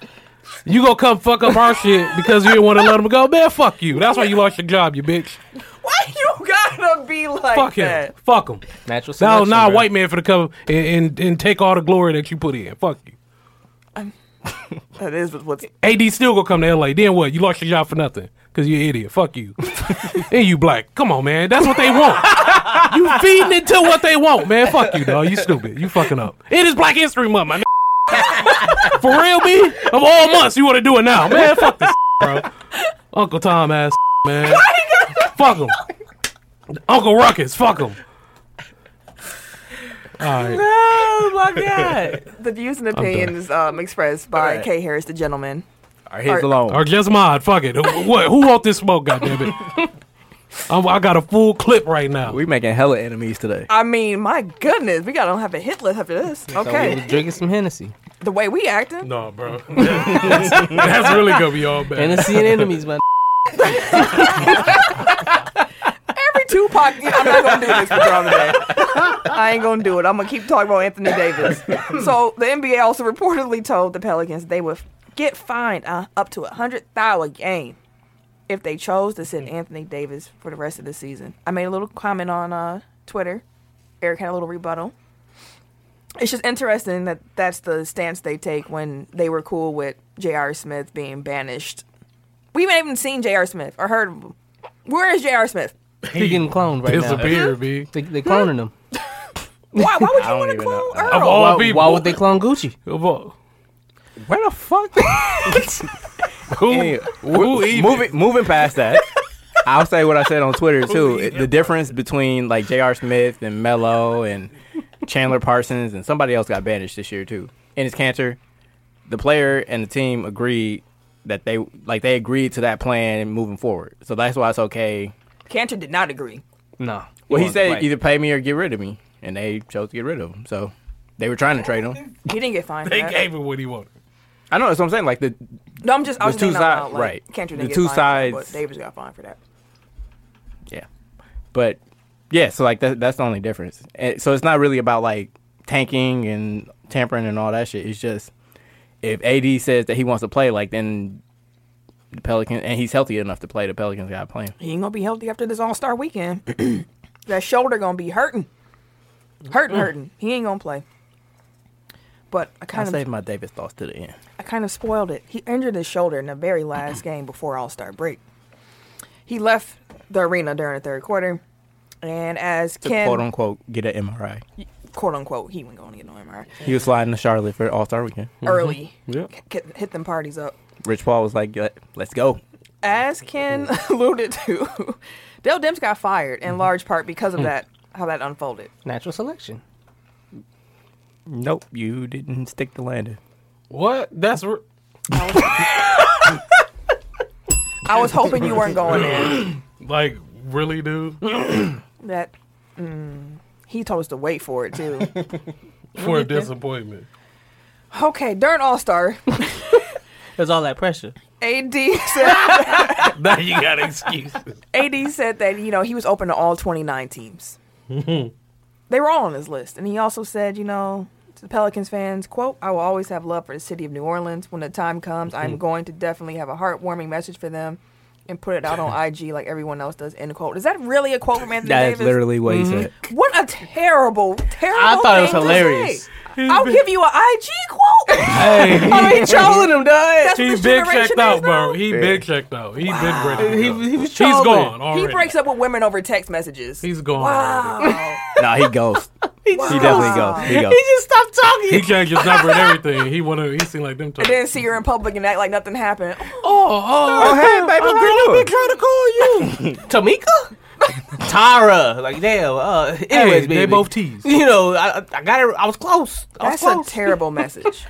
D: You gonna come fuck up our shit because you didn't want to let him go? Man, fuck you. That's why you lost your job, you bitch.
C: Why you gotta be like
D: Fuck
C: that?
D: him. Fuck him.
A: Natural
D: Now,
A: selection.
D: now a
A: bro.
D: white man finna come and, and, and take all the glory that you put in. Fuck you.
C: That is what's
D: AD still gonna come to LA. Then what? You lost your job for nothing because you're an idiot. Fuck you. and you black. Come on, man. That's what they want. you feeding into what they want, man. Fuck you, dog. You stupid. You fucking up. It is Black History Month, my nigga. For real, me? Of all months, you want to do it now, man. Fuck this, bro. Uncle Tom ass, man. fuck him. Uncle Ruckus. Fuck him. All right.
A: Oh my god.
C: the views and
D: done.
C: opinions um, expressed by
B: Alright.
C: Kay Harris, the gentleman.
B: Our heads
C: Our-
B: alone.
D: Or just mod. Fuck it. Who, what? Who want this smoke? Goddamn it. I'm, I got a full clip right now.
B: we making hella enemies today.
C: I mean, my goodness, we gotta have a hit list after this.
A: So we
C: Okay,
A: was drinking some Hennessy.
C: the way we acting.
D: No, bro. that's, that's really gonna be all bad.
A: Hennessy and enemies, man.
C: every Tupac. I'm not gonna do this for y'all today. I ain't gonna do it. I'm gonna keep talking about Anthony Davis. So the NBA also reportedly told the Pelicans they would get fined uh, up to a hundred thou a game if they chose to send Anthony Davis for the rest of the season. I made a little comment on uh, Twitter. Eric had a little rebuttal. It's just interesting that that's the stance they take when they were cool with J.R. Smith being banished. We haven't even seen J.R. Smith or heard of him. Where is J.R. Smith?
A: He getting cloned right now.
D: Disappear, B.
A: They, they cloning him.
C: Why, why would
B: I
C: you
B: don't
C: want to
B: even
C: clone
B: know.
C: Earl?
D: Of all
A: Why,
D: people.
A: why would they clone Gucci?
D: Where
B: Where the fuck?
D: the who?
B: Anyway,
D: who even?
B: moving moving past that. I'll say what I said on Twitter too. It- The difference between like J.R. Smith and Mello and Chandler Parsons and somebody else got banished this year too. And it's cancer. The player and the team agreed that they like they agreed to that plan moving forward. So that's why it's okay.
C: Cantor did not agree.
A: No.
B: Well, he
A: wants
B: said
A: to play.
B: either pay me or get rid of me, and they chose to get rid of him. So they were trying to trade him.
C: He didn't get fined. for
D: They
C: that.
D: gave him what he wanted.
B: I know that's what I'm saying. Like the
C: No, I'm just. I
B: The
C: was
B: two
C: two sides,
B: side-
C: like,
B: right.
C: Cantor
B: The
C: didn't
B: two
C: get fined for that,
B: sides-
C: but Davis got fined for that.
B: Yeah, but yeah, so like that, that's the only difference. And so it's not really about like tanking and tampering and all that shit. It's just if AD says that he wants to play, like then the Pelicans and he's healthy enough to play, the Pelicans got to play him.
C: He ain't gonna be healthy after this All Star weekend. that shoulder gonna be hurting,
B: Mm.
C: hurting, hurting. He ain't gonna play. But I
B: I
C: kind of,
B: saved my Davis thoughts to the end.
C: I kind of spoiled it. He injured his shoulder in the very last game before All Star break. He left the arena during the third quarter, and as
B: To
C: Ken,
B: quote unquote get an MRI.
C: quote unquote, he wasn't gonna get no MRI
B: He was sliding to Charlotte for All Star Weekend.
C: early.
D: Yep.
C: K- hit them parties up.
B: Rich Paul was like, "Let- "Let's go."
C: as Ken alluded to, Dale Demps got fired in large part because of that, how that unfolded.
A: Natural selection.
B: Nope, you didn't stick the landing.
D: What? That's r
C: I was hoping you weren't going in.
D: like really, dude.
C: That mm, he told us to wait for it too.
D: For a disappointment.
C: Okay, during All Star,
A: There's all that pressure.
C: AD said
D: now you got excuses.
C: AD said that you know he was open to all 29 teams. they were all on his list, and he also said, you know, to the Pelicans fans, "quote I will always have love for the city of New Orleans. When the time comes,
D: Mhm.
C: I'm going to definitely have a heartwarming message for them." And put it out on IG like everyone else does. End quote. Is that really a quote from Anthony
B: That
C: Davis?
B: is literally what he said.
C: What a terrible, terrible.
A: I thought it was
C: thing to
A: hilarious.
C: say. I'll give you an IG quote.
A: He trolling him, dog.
C: That's
D: He
C: what this
D: big
C: generation
D: checked
C: is
D: out,
C: now.
D: bro. He big checked out. He big ready. to go.
A: He, he was
D: He's
A: trolling.
D: gone already.
C: He breaks up with women over text messages.
D: He's gone. already.
C: wow.
B: nah, he goes.
A: He,
B: He
A: just,
B: definitely goes. He goes.
A: he just stopped talking.
D: He changed his number and everything. He wanted. He seemed like them. Type.
C: didn't see her in public and act like nothing happened.
A: uh,
B: Oh, hey, baby, how you doing?
A: trying to call you. Tamika? Tara. Like, damn. Uh, anyways,
D: Hey,
A: baby.
D: they both teased.
A: You know, I, I got it. I was close. I was
C: That's a
A: close.
C: terrible message.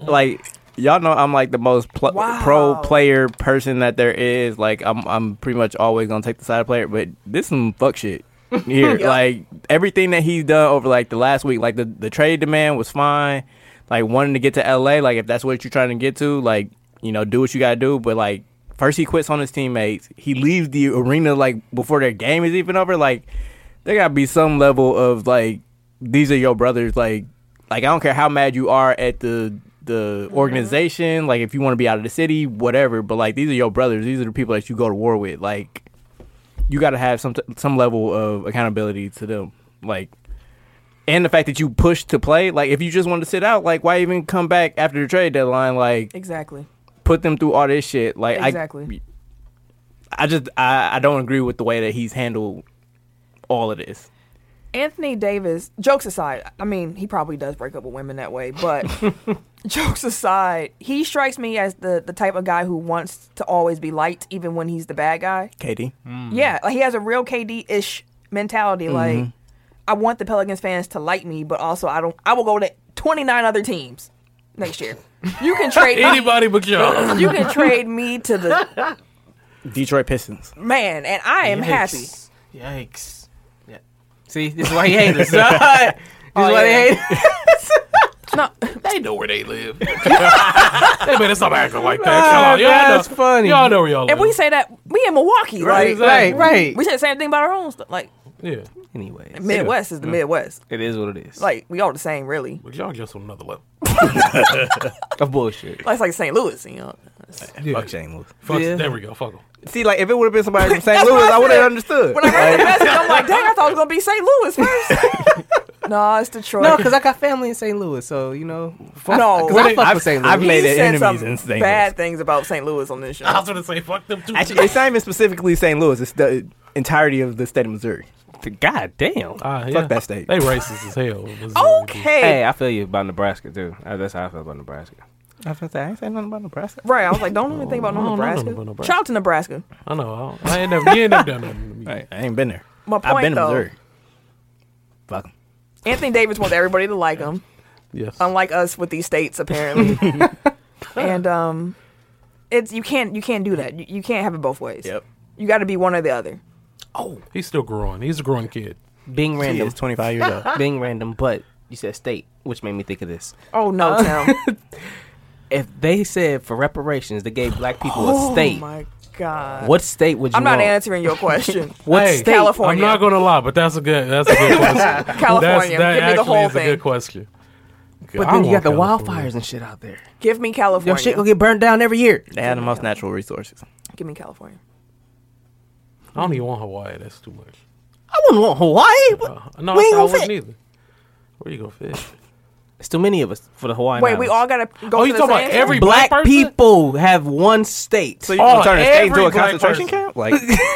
B: like y'all know I'm like the most pl-
C: Wow.
B: pro player person that there is. Like I'm I'm pretty much always gonna take the side player, but this some fuck shit. Here,
C: Yeah.
B: like everything that he's done over like the last week, like the the trade demand was fine. Like wanting to get to LA, like if that's what you're trying to get to, like you know do what you gotta do. But like first he quits on his teammates, he leaves the arena like before their game is even over. Like there gotta be some level of like these are your brothers like like i don't care how mad you are at the the organization like if you want to be out of the city whatever but like these are your brothers these are the people that you go to war with like you gotta have some some level of accountability to them like and the fact that you push to play like if you just wanted to sit out like why even come back after the trade deadline like
C: Exactly.
B: put them through all this shit. Like
C: Exactly.
B: I, I just I, I don't agree with the way that he's handled all of this.
C: Anthony Davis, jokes aside, I mean, he probably does break up with women that way, but jokes aside, he strikes me as the, the type of guy who wants to always be liked, even when he's the bad guy.
B: Katie,
C: Yeah, like he has a real KD ish mentality. Like, I want the Pelicans fans to like me, but also I don't. I will go to twenty nine other teams next year. You can trade me.
D: Anybody but y'all.
C: You can trade me to the
B: Detroit Pistons.
C: man, and I am happy.
A: Yikes. Yikes. Yeah. See, this is why he hates us. this is
B: Oh,
C: Oh,
A: why they hate us.
C: No,
D: They know where they live. they better stop acting like that. Come on, y'all
A: That's
D: know-
A: funny.
D: Y'all know where y'all live.
C: and we say that we in Milwaukee,
A: Right,
C: Like,
A: right, right.
C: we say the same thing about our own stuff. Like
D: yeah,
A: Anyways,
C: Midwest is the Midwest.
A: it is what it is.
C: Like we all the same, really.
D: but y'all just on another level.
A: of bullshit.
C: Like it's like St. Louis, you know. Louis.
D: Yeah.
B: Fuck Shane Lewis.
D: Fuck-
A: Yeah.
D: There we go. Fuck him.
B: See, like if it would have been somebody from St.
C: That's
B: Louis,
C: what I
B: I, would have
C: said.
B: understood.
C: When I heard the
B: Like,
C: message, I'm like, dang, I thought it was gonna be St. Louis first. no, it's Detroit.
B: no, because I got family in St. Louis, so you know. Fuck,
C: No.
B: 'cause I
C: What
B: fuck
D: if-
B: with St. Louis.
C: I've
B: I've made
C: he
B: it
C: said
B: enemies
C: some
B: in St.
C: bad
B: Louis.
C: things about St. Louis on this show.
D: I was gonna say fuck them too.
B: Actually, it's not even specifically St. Louis. It's the entirety of the state of Missouri. God damn.
D: Ah, yeah.
B: Fuck that state.
D: They racist as hell. uh, Missouri, dude.
C: Okay.
A: Hey, I feel you about Nebraska too. Uh, That's how I feel about Nebraska.
B: I was gonna say, I ain't saying nothing about Nebraska.
C: Right, I was like, don't even think about no
D: I don't know nothing
C: Nebraska.
D: about Nebraska.
C: Shout out to Nebraska.
D: I know. I, don't- I ain't never. You ain't never done nothing. to me.
B: Right. I ain't been there.
C: My
B: I've been
C: point
B: to
C: though,
B: Missouri. Fuck 'em.
C: Anthony Davis wants everybody to like him,
D: Yes.
C: unlike us with these states apparently. and um, it's you can't you can't do that. You, you can't have it both ways.
B: Yep.
C: You got to be one or the other.
D: He's still growing. He's a growing kid.
A: Being
B: He
A: random,
B: is 25 years old.
A: being random, but you said state, which made me think of this.
C: Oh no,
D: Uh,
C: Tim.
A: If they said for reparations they gave black people a
C: Oh
A: state,
C: my god.
A: what state would you?
C: I'm not
A: want?
C: answering your question.
A: What
D: Hey,
A: state?
C: California.
D: I'm not gonna lie, but that's a good. That's a good question. That's,
C: California.
D: that
C: Give me
D: actually
C: the whole
D: is a
C: thing.
D: good question.
A: But
D: I
A: then you
D: want
A: got the
D: California.
A: wildfires and shit out there.
C: Give me California.
A: Your shit gonna get burned down every year.
B: They have the most natural resources.
C: Give me California.
D: I don't even want Hawaii. That's too much.
A: I wouldn't want Hawaii. What-
D: Uh, no,
A: we ain't
D: that's how I
A: gonna
D: wouldn't
A: fit.
D: either. Where you gonna fish?
A: It's too many of us for the Hawaiian.
C: Wait, we
A: Islands.
C: all gotta go.
D: Oh,
C: to
D: you
C: the
D: talking about
C: same-
D: every-
A: black,
D: black person?
A: people have one state.
B: So you
D: Oh,
B: can turn a state into
D: every
B: a
D: black
B: concentration
D: person.
B: camp? Like,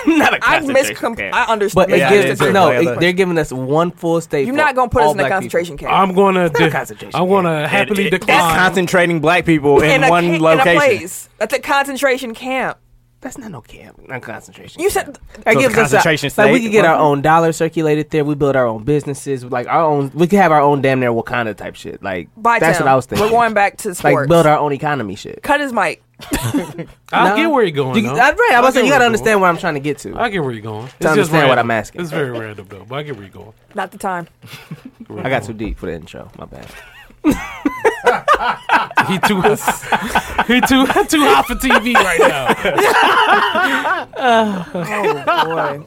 A: not a
C: I
A: concentration
C: miscom.
A: camp.
C: I understand.
A: But it
B: Yeah,
A: gives
B: it is
A: us,
B: a
A: no,
B: black
A: it-
B: person.
A: they're giving us one full state.
C: You're
A: for
C: not gonna put
A: all
C: us in a
A: black
C: concentration camp.
D: I'm gonna.
A: not a
D: De-
A: concentration
D: I'm gonna
A: camp.
D: happily
A: It- it-
B: that's
D: decline.
B: concentrating black people in,
C: a
B: one
C: ca-
B: location.
C: In a place. That's a concentration camp.
A: people. That's not no camp. Not concentration.
C: You
A: camp.
C: said
A: That
B: So it's
A: gives
B: a
A: us a-
B: concentration
A: like we
B: state?
A: could get our own dollar circulated there. We build our own businesses, like our own. We could have our own damn near Wakanda type shit. Like
C: by
A: that's
C: Tim.
A: what I was thinking.
C: We're going back to sports.
A: like build our own economy shit.
C: Cut his mic.
D: I
A: No.
D: get where you're going.
A: You,
D: though.
A: that's right. I was
D: get
A: saying you
D: where
A: gotta
D: you're
A: understand where I'm trying to get to.
D: going. I get where you're going. It's
A: understand what I'm
D: random.
A: asking.
D: It's very random though, but I get where you're going.
C: Not the time.
A: I got too deep for the intro. My bad.
D: He too. he too too hot for TV right now.
C: Oh boy.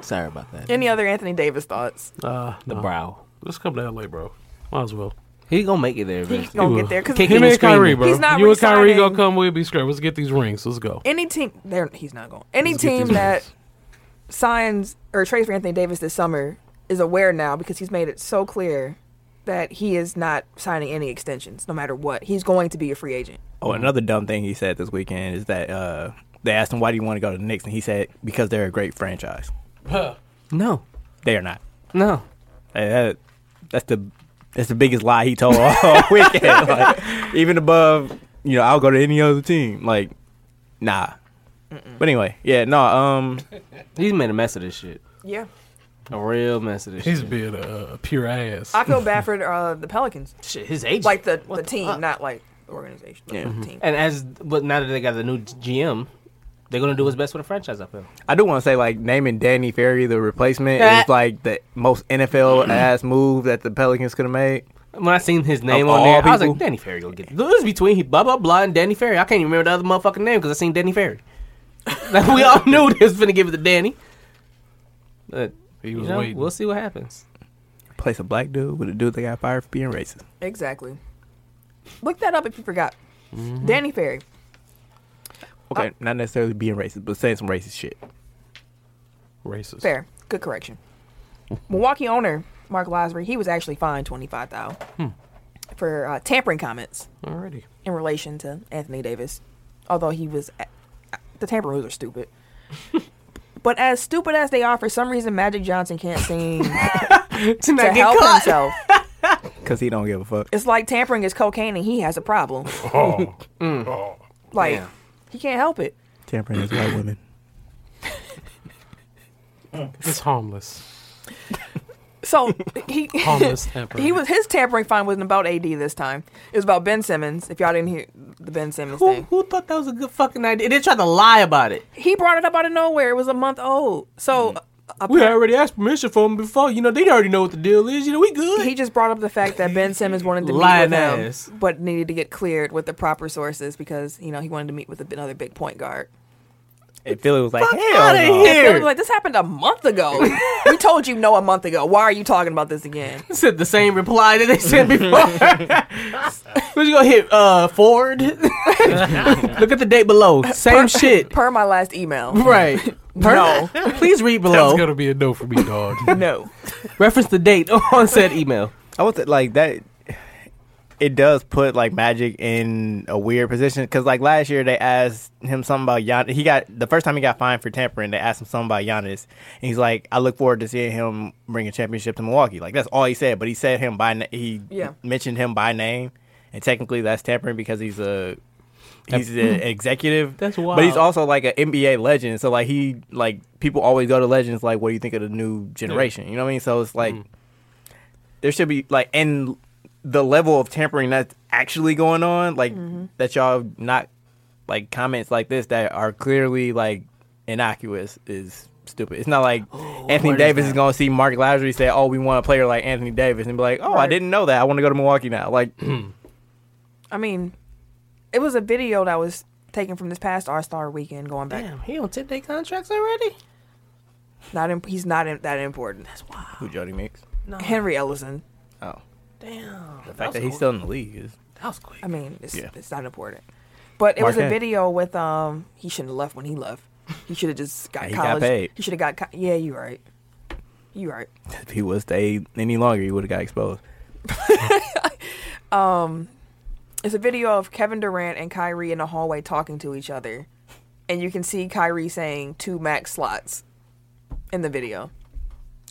A: Sorry about that.
C: Any other Anthony Davis thoughts?
D: Uh,
A: The
D: no.
A: brow.
D: Let's come to LA, bro. Might as well.
A: He gonna make it there
C: He's
A: eventually.
C: gonna
D: will.
C: get there because
A: Kick
D: Him
A: Kicking and
D: and Kyrie,
A: screaming.
D: bro.
C: He's not
D: you and Kyrie
C: resigning.
D: gonna come. We'll be scrapped. Let's get these rings. Let's go.
C: any team there he's not going. Any
D: Let's get
C: team
D: these
C: that
D: rings.
C: signs or trades for Anthony Davis this summer is aware now because he's made it so clear that he is not signing any extensions, no matter what. He's going to be a free agent.
B: Oh, another dumb thing he said this weekend is that uh, they asked him why do you want to go to the Knicks, and he said because they're a great franchise.
A: No,
B: They are not.
A: no.
B: Hey, that- that's the that's the biggest lie he told all weekend. Like, even above, you know, I'll go to any other team. Like, nah. But anyway, yeah, no. Um,
A: He's made a mess of this shit.
C: Yeah,
A: A real mess of this
D: He's
A: shit.
D: being a, a pure ass.
C: I feel bad for uh, the Pelicans,
A: shit. His age.
C: like the the team, not like the organization. but
A: Yeah.
C: the team.
A: And as but now that they got the new GM, they're gonna do what's best for the franchise. I feel.
B: I do want to say like naming Danny Ferry the replacement is like the most NFL ass move that the Pelicans could have made.
A: When I seen his name
B: Of
A: on
B: all
A: there, I was
B: people?
A: like, Danny Ferry gonna get this. This is between he blah blah blah and Danny Ferry. I can't even remember the other motherfucking name because I seen Danny Ferry. like we all knew they was gonna give it to Danny. But
D: he
A: you
D: was
A: know,
D: waiting.
A: we'll see what happens.
B: Replace a black dude with a dude that got fired for being racist.
C: Exactly. Look that up if you forgot. Danny Ferry.
B: Okay,
A: Oh.
B: not necessarily being racist, but saying some racist shit.
D: Racist.
C: Fair. Good correction. Milwaukee owner Mark Lasbury, he was actually fined twenty five thousand for uh, tampering comments
D: Alrighty.
C: in relation to Anthony Davis. Although he was, uh, the tamper rules are stupid. but as stupid as they are, for some reason Magic Johnson can't seem to help himself.
B: Cause he don't give a fuck.
C: It's like tampering is cocaine, and he has a problem. Like
A: Yeah.
C: he can't help it.
B: Tampering is white women.
D: It's harmless.
C: So he
D: Harmless tampering.
C: he was his tampering fine wasn't about AD this time. It was about Ben Simmons. If y'all didn't hear the Ben Simmons
A: Who,
C: thing,
A: who thought that was a good fucking idea? They tried to lie about it.
C: he brought it up out of nowhere. It was a month old. So uh,
A: We already asked permission from him before. You know, they already know what the deal is. You know, we good.
C: he just brought up the fact that Ben Simmons wanted to
A: Mm. Lying
C: meet with
A: ass.
C: him, but needed to get cleared with the proper sources because you know he wanted to meet with another big point guard.
B: And Philly was like, hell
A: outta
B: no.
A: here.
C: Philly was like this happened a month ago. we told you no a month ago. Why are you talking about this again?
A: said the same reply that they said before. Who's gonna hit uh Ford? Look at the date below. Same shit.
C: Per my last email.
A: Right.
C: No.
A: Please read
D: That's
A: below.
D: gonna be a no for me, dog.
C: No.
A: Reference the date on said email.
B: I would say like that. It does put like Magic in a weird position because like last year they asked him something about Giannis. He got the first time he got fined for tampering. They asked him something about Giannis, and he's like, "I look forward to seeing him bring a championship to Milwaukee." Like that's all he said, but he said him by na- he
C: Yeah.
B: mentioned him by name, and technically that's tampering because he's a he's an executive.
A: Mm. That's
B: But he's
A: wild.
B: also like an NBA legend, so like he like people always go to legends. Like, what do you think of the new generation? You know what I mean? So it's
A: Mm.
B: like there should be like and the level of tampering that's actually going on like
A: Mm-hmm.
B: that y'all not like comments like this that are clearly like innocuous is stupid it's not like anthony
A: word is
B: davis is,
A: that?
B: going to see mark Lazarus say oh we want a player like anthony davis and be like oh i
C: Right.
B: didn't know that i want to go to milwaukee now like
C: I mean, it was a video that was taken from this past All Star weekend going back.
A: he on ten day contracts already?
C: Not imp- he's not im- that important.
A: Uh-huh.
C: That's why.
B: who jody mix
A: No.
C: Henry Ellison.
B: oh
A: Damn.
B: the fact that, he's still in the league is
A: That was quick.
C: I mean, it's
B: Yeah.
C: it's not important. But it was a
B: Marquette.
C: video with um. He shouldn't have left when he left. He should have just got
B: He got
C: college.
B: paid.
C: He should have got. Co- yeah, you right. You right.
B: if he was stayed any longer he would have got exposed
C: It's a video of Kevin Durant and Kyrie in the hallway talking to each other, and you can see Kyrie saying two max slots in the video.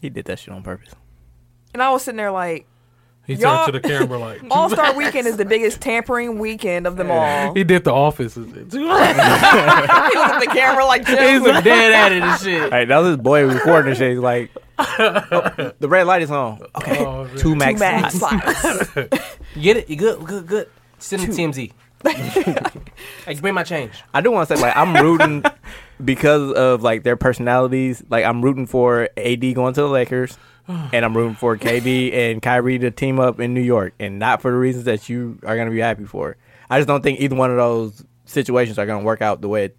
B: he did that shit on purpose
C: And I was sitting there like,
D: He
C: Y'all-
D: turned to the camera like
C: All Star Weekend is the biggest tampering weekend of them all.
D: he did the office. he
C: he looked at the camera like
A: He's
C: Jim.
A: a dead at it and shit.
B: All right, that was his boy recording and shit. He's like, "Oh, the red light is on. Okay,
D: Oh, man.
B: two max,
C: Two max
B: slots.
C: slots.
A: You get it? You good? Good, good. Send him TMZ. hey, bring my change.
B: I do want to say like I'm rooting because of like their personalities. Like I'm rooting for AD going to the Lakers, and I'm rooting for KD and Kyrie to team up in New York, and not for the reasons that you are gonna be happy for. I just don't think either one of those situations are gonna work out the way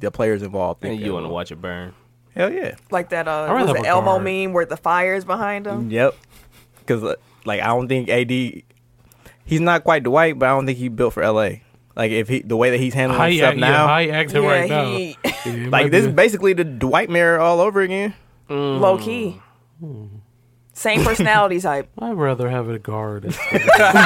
B: the players involved. think they will.
A: watch it burn?
B: Hell yeah.
C: like that uh, was
D: rather have
C: the
D: a
C: Elmo
D: guard.
C: meme where the fire's behind him.
B: Yep. Because like I don't think AD, he's not quite Dwight, but I don't think he built for LA. Like if he the way that he's handling
D: How you
B: himself
D: act, uh, yeah,
B: now,
D: how you acting
C: Yeah,
D: Mm. right now?
C: he-
D: Yeah, it might
B: like this
D: be-
B: is basically the Dwight mirror all over again.
C: Low key. Same personality type.
D: I'd rather have a guard.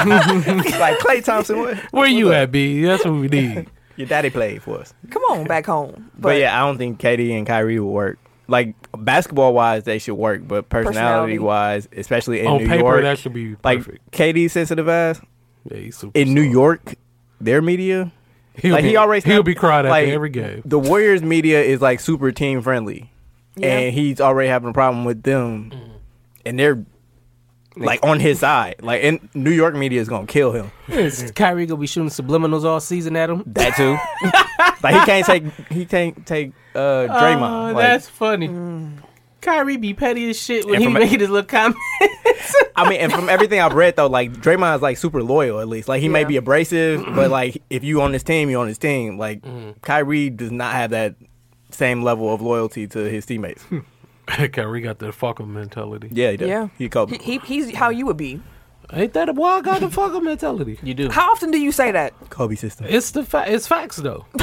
B: like Clay Thompson, what?
D: Where you at, B? That's what we need.
B: Your daddy played for us.
C: Come on, back home. But,
B: But, yeah, I don't think KD and Kyrie will work. Like basketball wise, they should work, but personality
C: Personality.
B: wise, especially in
D: On
B: New
D: paper,
B: York,
D: that should be
B: like
D: perfect.
B: KD sensitive ass
D: yeah, he's super
B: in New
D: soft.
B: York, their media.
D: he'll
B: like,
D: be,
B: he always
D: he'll
B: have-
D: be cried after
B: like,
D: every game.
B: the Warriors media is like super team friendly,
C: Yeah.
B: and he's already having a problem with them, and they're like on his side. Like, and New York media is gonna kill him.
A: Kyrie gonna be shooting subliminals all season at him.
B: That too. like he can't take he can't take uh, Draymond.
A: Oh,
B: like,
A: that's funny. Kyrie be petty as shit when he
B: Informa-
A: making his little comment.
B: I mean, and from everything I've read though, like Draymond's like super loyal at least. Like he may
C: Yeah.
B: be abrasive, but like if you on his team, you on his team. Like
C: Mm-hmm.
B: Kyrie does not have that same level of loyalty to his teammates.
D: Kyrie got that fuck 'em mentality.
B: yeah, he does.
C: Yeah.
B: He Kobe.
C: He, he, he's how you would be.
D: Ain't that a wild guy the fuck 'em mentality?
A: You do
C: How often do you say that?
B: Kobe system.
D: It's the fa- it's facts though.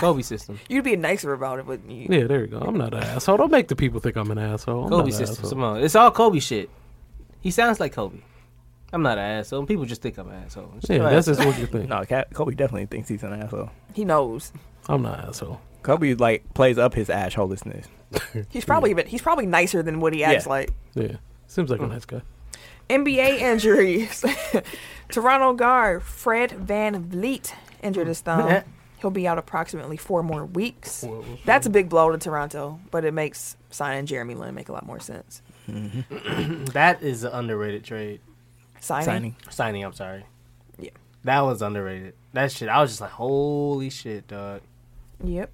A: Kobe system,
C: You'd be nicer about it, but you,
D: Yeah, there you go. I'm not an asshole. Don't make the people think I'm an asshole. I'm
A: Kobe
D: not an
A: system.
D: asshole.
A: Come on, it's all Kobe shit. He sounds like Kobe. I'm not an asshole. People just think I'm an asshole. Just
D: Yeah,
A: an
D: that's
A: asshole.
D: just what you think.
B: No, Ka- Kobe definitely thinks he's an asshole.
C: he knows.
D: I'm not an asshole.
B: Kobe like plays up his ash holiness.
C: He's probably even he's probably nicer than what he acts
B: Yeah.
C: like.
D: Yeah, seems like a nice guy.
C: NBA injuries. Toronto guard Fred Van Vliet injured his thumb. He'll be out approximately four more weeks. That's a big blow to Toronto, but it makes signing Jeremy Lin make a lot more sense.
A: that is an underrated trade
C: Signing?
B: Signing.
A: signing. I'm sorry.
C: Yeah.
A: that was underrated. That shit. I was just like, holy shit, dog.
C: Yep.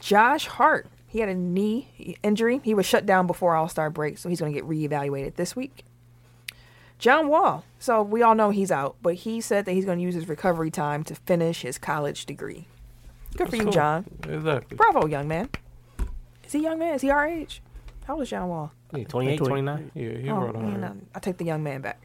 C: Josh Hart. He had a knee injury. He was shut down before All Star break, so he's going to get reevaluated this week. John Wall. So we all know he's out, but he said that he's going to use his recovery time to finish his college degree. Good for you,
D: cool.
C: John.
D: Exactly.
C: Bravo, young man. Is he young man? Is he our age? How old is John Wall?
A: 28, 29?
D: Yeah, he
C: Oh,
D: wrote on
C: man,
D: it.
C: I, I take the young man back.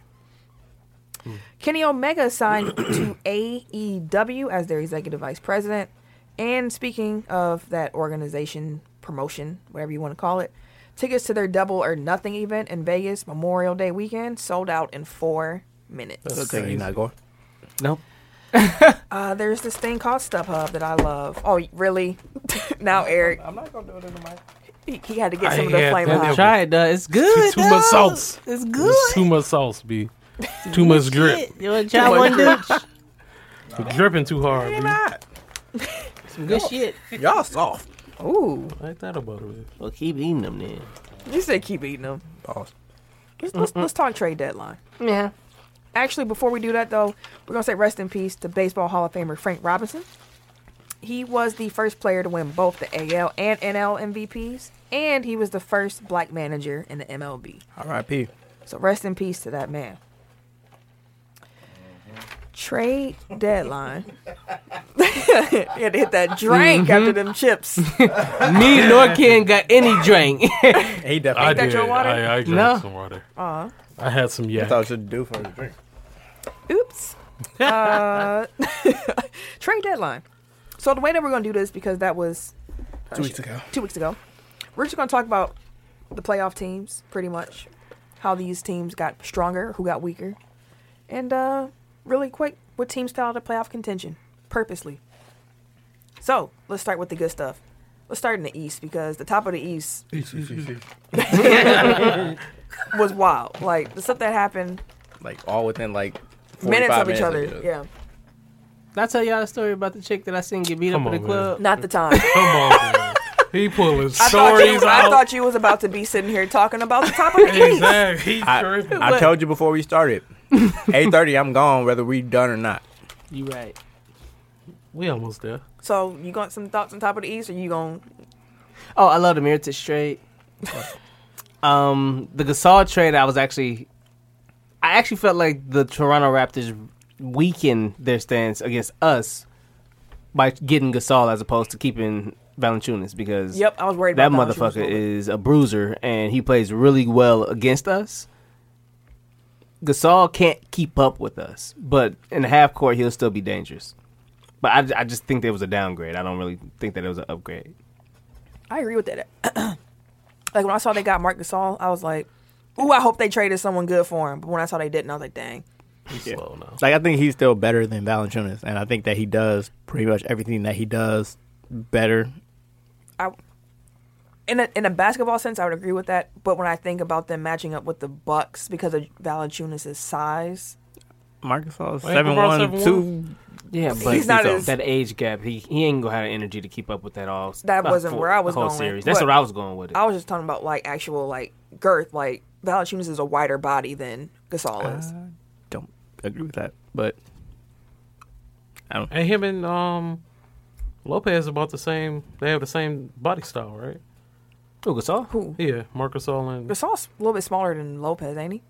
C: Kenny Omega is signed to AEW as their executive vice president. And speaking of that organization, promotion, whatever you want to call it, tickets to their Double or Nothing event in Vegas Memorial Day weekend sold out in four minutes.
B: Okay, you're not going.
A: No.
C: Uh, there's this thing called StubHub that I love. Oh, really? now Eric,
B: I'm not gonna do it in the mic.
C: he, he had to get
D: I
C: some of the
D: had
C: flame
D: that
C: out.
D: deal.
A: Try it, dog. Uh, It's good.
D: Too much
A: dog.
D: sauce.
A: It's
D: There's
A: good.
D: too much sauce, B. Too much grip.
A: You want to try one, dude?
D: You're Dripping too hard, B.
A: Some good shit.
B: Y'all soft.
C: Ooh,
D: Like that about it.
A: Well, keep eating them then.
C: you said keep eating them.
B: Pause.
C: Let's, let's, let's talk trade deadline.
A: Yeah.
C: Actually, before we do that, though, we're going to say rest in peace to Baseball Hall of Famer Frank Robinson. He was the first player to win both the AL and NL MVPs, and he was the first black manager in the MLB.
B: R.I.P.
C: So rest in peace to that man. Trade deadline. you had to hit that drink after them chips.
A: Me nor Ken got any drink.
B: He
D: I
B: definitely.
C: that
D: did.
C: your water?
D: I, I drank
A: No.
D: some water.
C: Aw.
D: I had some
B: I
D: yak.
B: thought should do for his drink.
C: Oops. Uh, trade deadline. So the way that we're going to do this, because that was
B: Two weeks ago.
C: two weeks ago. We're just going to talk about the playoff teams, pretty much, how these teams got stronger, who got weaker, and uh, really quick, what teams fell out of playoff contention purposely. So let's start with the good stuff. Let's start in the East because the top of the East was wild. Like the stuff that happened
B: Like all within like 45
C: minutes of each
B: minutes
C: other. Yeah,
A: Did I tell y'all the story about the chick that I seen get beat
D: Come
A: up in the
D: on, man.
A: club?
C: not the time.
D: Come on, man. He pulling
C: I thought, you,
D: stories
C: I
D: out.
C: thought you was about to be sitting here talking about the top of the East.
D: Exactly. He tripping.
B: I told you before we started. 8:30, I'm gone whether we done or not.
A: You right.
D: We almost there.
C: So you got some thoughts on top of the East, or you going
A: Oh, I love the Meritage trade. um, the Gasol trade, I was actually, I actually felt like the Toronto Raptors weakened their stance against us by getting Gasol as opposed to keeping Valanciunas because
C: Yep, I was worried
A: that
C: about
A: motherfucker is a bruiser and he plays really well against us. Gasol can't keep up with us, but in the half court he'll still be dangerous. But I, I just think there was a downgrade. I don't really think that it was an upgrade.
C: I agree with that. like when I saw they got Mark Gasol, I was like, "Ooh, I hope they traded someone good for him." But when I saw they didn't, I was like, "Dang."
D: He's slow now.
B: Like I think he's still better than Valanciunas, and I think that he does pretty much everything that he does better.
C: I in a in a basketball sense, I would agree with that. But when I think about them matching up with the Bucks because of Valanciunas' size,
B: Marcus Gasol
D: Wait,
B: seven
D: LeBron
B: one
D: 7'1"?
B: two.
A: Yeah, but
C: He's not as-
A: that age gap. He he ain't gonna have the energy to keep up with that all.
C: That
A: uh,
C: wasn't
A: full-
C: where I was
A: the whole
C: going,
A: Series. That's
C: but-
A: what I was going with it.
C: I was just talking about like actual like girth. Like Valanciunas is a wider body than Gasol is.
A: Uh,
B: I don't agree with that, but I don't.
D: And him and um, Lopez about the same. They have the same body style, right?
A: Who Gasol?
C: Who?
D: Yeah, Marcus All and.
C: Gasol's a little bit smaller than Lopez, ain't he?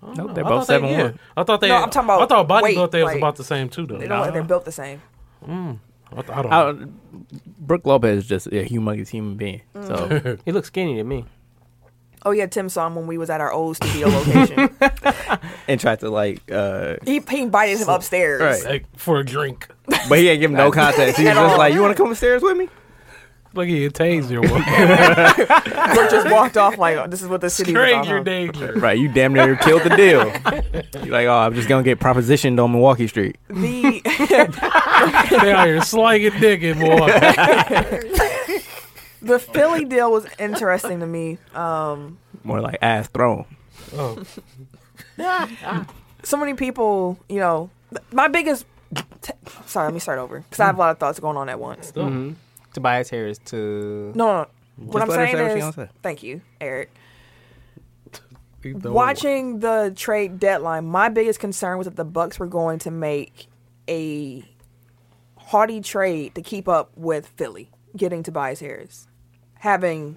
D: I don't
B: Nope,
D: know.
B: they're
D: I
B: both
D: thought they-
B: 7'1".
D: yeah. I thought they.
C: No, I'm talking about
D: I thought body
C: weight,
D: built they was
C: like-
D: about the same too, though.
C: They don't.
D: Nah.
C: They're built the same.
D: I, th- I don't.
B: I,
D: know.
B: Brooke Lopez is just a humongous human being, so
A: He looks skinny to me.
C: Oh yeah, Tim saw him when we was at our old studio location.
B: and tried to like, uh
C: he he invited him upstairs.
B: Right.
D: Like, for a drink.
B: but he ain't give him no context. He was
C: At all.
B: just like, "You want to come upstairs with me?"
D: Look at your taser. one.
C: Brooke just walked off like oh, this is what the city was all
D: Craig, your
C: about.
D: danger.
B: Right, you damn near killed the deal. You're like, "Oh, I'm just gonna get propositioned on Milwaukee Street."
C: The
D: they out here slanging digging, boy.
C: the Philly deal was interesting to me. Um,
B: More like ass thrown.
D: Oh,
C: so many people, you know, th- my biggest. T- sorry, let me start over because I have a lot of thoughts going on at once. No,
A: Mhm. Tobias Harris to
C: no, no. what I'm
B: let her say
C: saying
B: what she
C: is,
B: gonna say.
C: thank you, Eric.
D: he throwing-
C: Watching the trade deadline, my biggest concern was that the Bucks were going to make a haughty trade to keep up with Philly, getting Tobias Harris, having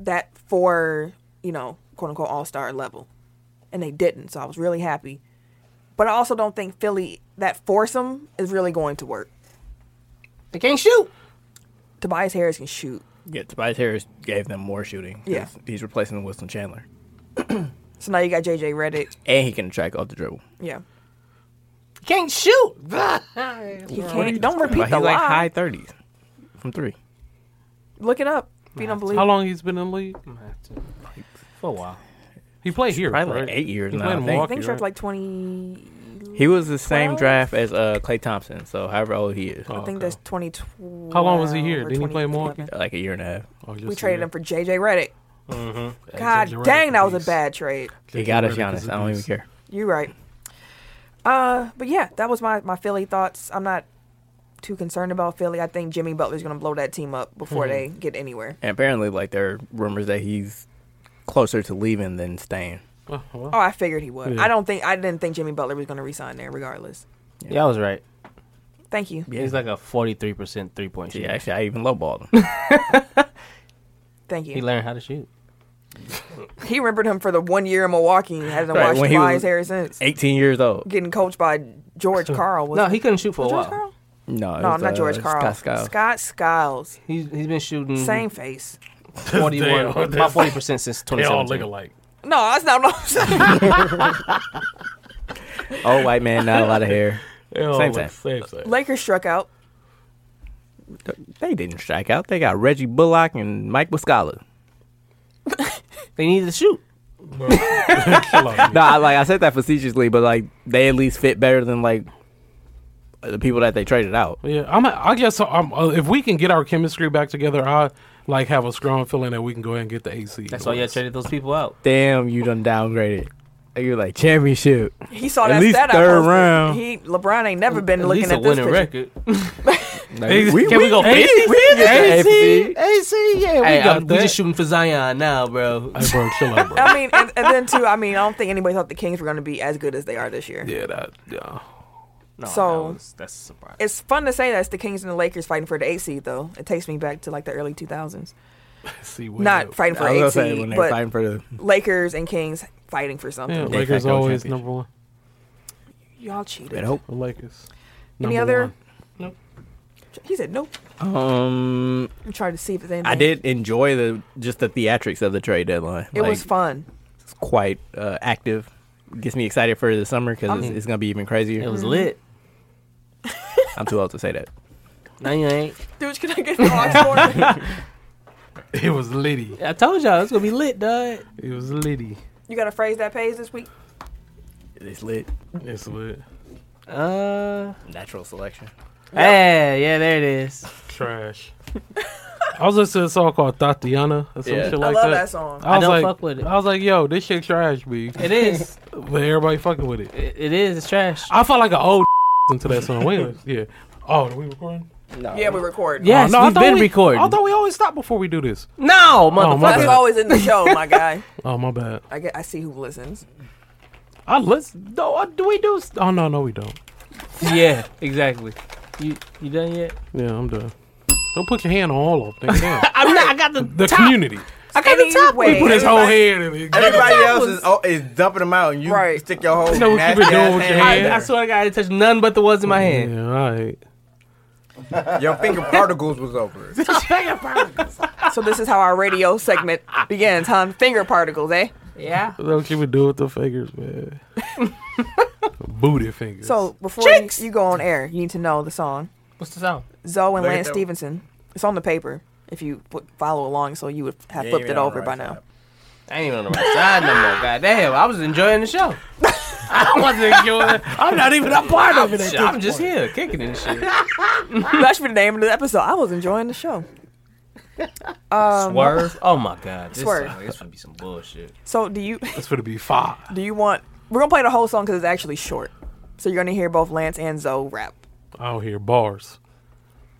C: that for you know quote unquote all star level, and they didn't. So I was really happy, but I also don't think Philly that foursome is really going to work.
A: they can't shoot.
C: Tobias Harris can shoot,
B: Yeah, Tobias Harris gave them more shooting. 'cause
C: Yeah.
B: he's replacing Wilson Chandler,
C: so now you got JJ Reddick.
B: and he can track off the dribble.
C: Yeah,
A: can't shoot.
C: You can't. Don't repeat
B: Like,
C: the
B: he's like
C: lie.
B: high thirties from three.
C: Look it up. If you don't believe.
D: How
C: it.
D: long he's been in the league? For a while. He played here.
B: Probably like
D: right?
B: eight years
D: He
B: now,
D: played
B: I
D: in
B: think.
C: I think
D: Milwaukee.
C: Shrek's
D: right?
C: like twenty.
B: He was the same
C: Well-
B: draft as uh, Clay Thompson, so however old he is,
D: Oh,
C: I think
D: okay.
C: that's twenty two.
D: How long was he here?
C: or
D: Didn't he play in
C: 2011.
D: Milwaukee?
B: like a year and a half.
D: Oh, just
C: We
D: a Mm-hmm.
C: traded
D: year.
C: him for JJ Redick.
D: Yeah,
C: God
D: J.J. Redick
C: dang, that was a
D: piece.
C: bad trade.
B: He
D: J.J.
B: got
D: Redick
B: us
D: is
B: Giannis.
D: a
B: I don't even
D: beast.
B: care.
C: You're right. Uh, but yeah, that was my my Philly thoughts. I'm not too concerned about Philly. I think Jimmy Butler's gonna blow that team up before they
D: Mm-hmm.
C: get anywhere.
B: And apparently, like there are rumors that he's closer to leaving than staying.
D: Oh, well.
C: Oh, I figured he would.
D: Yeah.
C: I don't think I didn't think Jimmy Butler was gonna resign there, regardless.
A: Yeah, I was right.
C: Thank you,
A: He's like a forty-three percent three-point shooter.
B: Yeah, actually, I even lowballed him.
C: thank
A: he
C: you.
A: learned how to shoot.
C: He remembered him for the one year in Milwaukee and hasn't
B: Right,
C: washed
B: when
C: his
B: he
C: eyes
B: was-
C: ever since.
B: Eighteen years old.
C: Getting coached by George Carl. Was
A: No, he couldn't shoot for a
C: George
A: while.
C: Carl?
B: No, it
C: No,
B: was,
C: not
B: uh,
C: George Carl.
B: Scott Skiles.
C: Scott Skiles.
A: He's he's been shooting
C: Same face.
A: forty-one,
D: Damn,
A: about forty percent since
D: They
A: twenty
D: all look
A: seventeen.
D: alike.
C: No, that's not what I'm saying.
B: Old white man, not a lot of hair.
D: They all
B: Same
D: look
B: time.
D: Same thing.
C: Lakers struck out.
B: They didn't strike out. They got Reggie Bullock and Mike Muscala.
A: They needed to shoot.
B: No, I, like I said that facetiously, but like they at least fit better than like the people that they traded out.
D: Yeah, I'm. I guess um, uh, if we can get our chemistry back together, I like have a strong feeling that we can go ahead and get the AC.
A: That's why you traded those people out.
B: Damn, you done downgraded. You're like championship.
C: He saw
B: At
C: that
B: least
C: stat I
B: third
C: posted.
B: round.
C: He LeBron ain't never been
A: At
C: looking
A: least
C: at
A: a
C: this
A: winning
C: picture.
A: record.
B: Like,
D: Can we go
B: we-
D: 50?
B: we can get the
A: AC,
B: FC.
A: AC, yeah, we
B: Hey,
A: got.
D: I'm
A: uh, we
D: dead.
A: just shooting for Zion now, bro.
D: Hey, bro, chill out, bro.
C: I mean, and, and then too, I mean, I don't think anybody thought the Kings were going to be as good as they are this year.
D: yeah, that. Yeah.
A: No,
C: So-
A: that was- that's a surprise.
C: It's fun to say that it's the Kings and the Lakers fighting for the eight seed, though. It takes me back to like the early 2000s.
D: See what?
C: Not fighting for
B: I was gonna
C: eight
B: say when
C: seed,
B: they were
C: but
B: fighting for the
C: Lakers and Kings fighting for
D: Yeah,
C: something.
B: They
D: Lakers
B: can't go
D: always
B: championship.
D: number one.
C: Y'all cheated.
B: hope.
D: The Lakers.
C: Any
D: number
C: other?
D: one.
A: Nope.
C: He said nope.
B: Um,
C: I'm trying to see if there's anything.
B: I did enjoy the just the theatrics of the trade deadline.
C: It
B: like,
C: was fun.
B: it's quite uh, active. Gets me excited for the summer because it's,
A: I'm-
B: it's gonna be even crazier.
A: It was lit.
B: I'm too old to say that.
A: No, you ain't.
C: Dude, can I get the box for me?
D: It was Liddy.
A: I told y'all it's gonna be lit, dog.
D: It was Liddy.
C: You got a phrase that pays this week?
B: It's lit.
D: It's lit.
A: Uh,
B: Natural selection.
A: yeah, yeah, there it is.
D: Trash. I was listening to a song called Tatiana or some
B: Yeah.
D: shit like
C: I love
D: that.
C: that song.
D: I was
A: I don't
D: like,
A: fuck with it.
D: I was like, yo, this shit trash, B.
A: It is.
D: But everybody fucking with it.
A: it, it is. It's trash.
D: I felt like an old into that song. Wait, yeah. Oh, are we recording?
B: No.
C: Yeah, we record.
A: Yes,
D: oh, I
A: we've
D: thought
A: been
D: we-
A: recording.
D: I thought we always stop before we do this.
A: no, motherfucker.
D: my
C: That's
D: bad.
C: always in the show, my guy.
D: Oh my bad.
C: I, get, I see who listens.
D: I listen. No, I- do we do? s- Oh no, no, we don't.
A: yeah, exactly. You you done yet?
D: Yeah, I'm done. Don't put your hand on all of them. Nigga, damn.
A: I'm not. I got the.
D: the community.
A: I got the top.
C: Anyway.
A: one.
D: He put his whole
C: Everybody-
D: hand in it.
B: Everybody
A: That
B: else
A: was-
B: is oh, is dumping them out, and you
C: Right.
B: stick your whole.
D: know what you
B: nasty
D: been doing
B: ass
D: with your
B: hand in
A: I, I swear to God, I didn't touch none but the ones in my hand.
D: Yeah, all right.
E: Your, finger particles was over.
C: So this is how our radio segment begins, huh? Finger particles, eh?
A: Yeah.
D: That's what you would do with the fingers, man. Booty fingers.
C: So before you, you go on air, you need to know the song.
A: What's the sound?
C: Zoe and
E: Look at
C: Lance
E: that.
C: Stevenson. It's on the paper if you fo- follow along, so you would have
E: Yeah,
C: flipped
E: you
C: it
E: got
C: over
E: it
C: by
E: right
C: now.
E: side.
A: I ain't even on the right side no more. God damn, I was enjoying the show. I wasn't enjoying. I'm not even a part of it. I'm, just here kicking and shit.
C: That should be the name of the episode. I was enjoying the show.
A: Swerve. Oh my God. This
C: Swerve.
A: sound- This would be some bullshit.
C: So do you
D: it's going to be five.
C: do you want? We're gonna play the whole song because it's actually short. So you're gonna hear both Lance and Zoe rap.
D: I don't hear bars.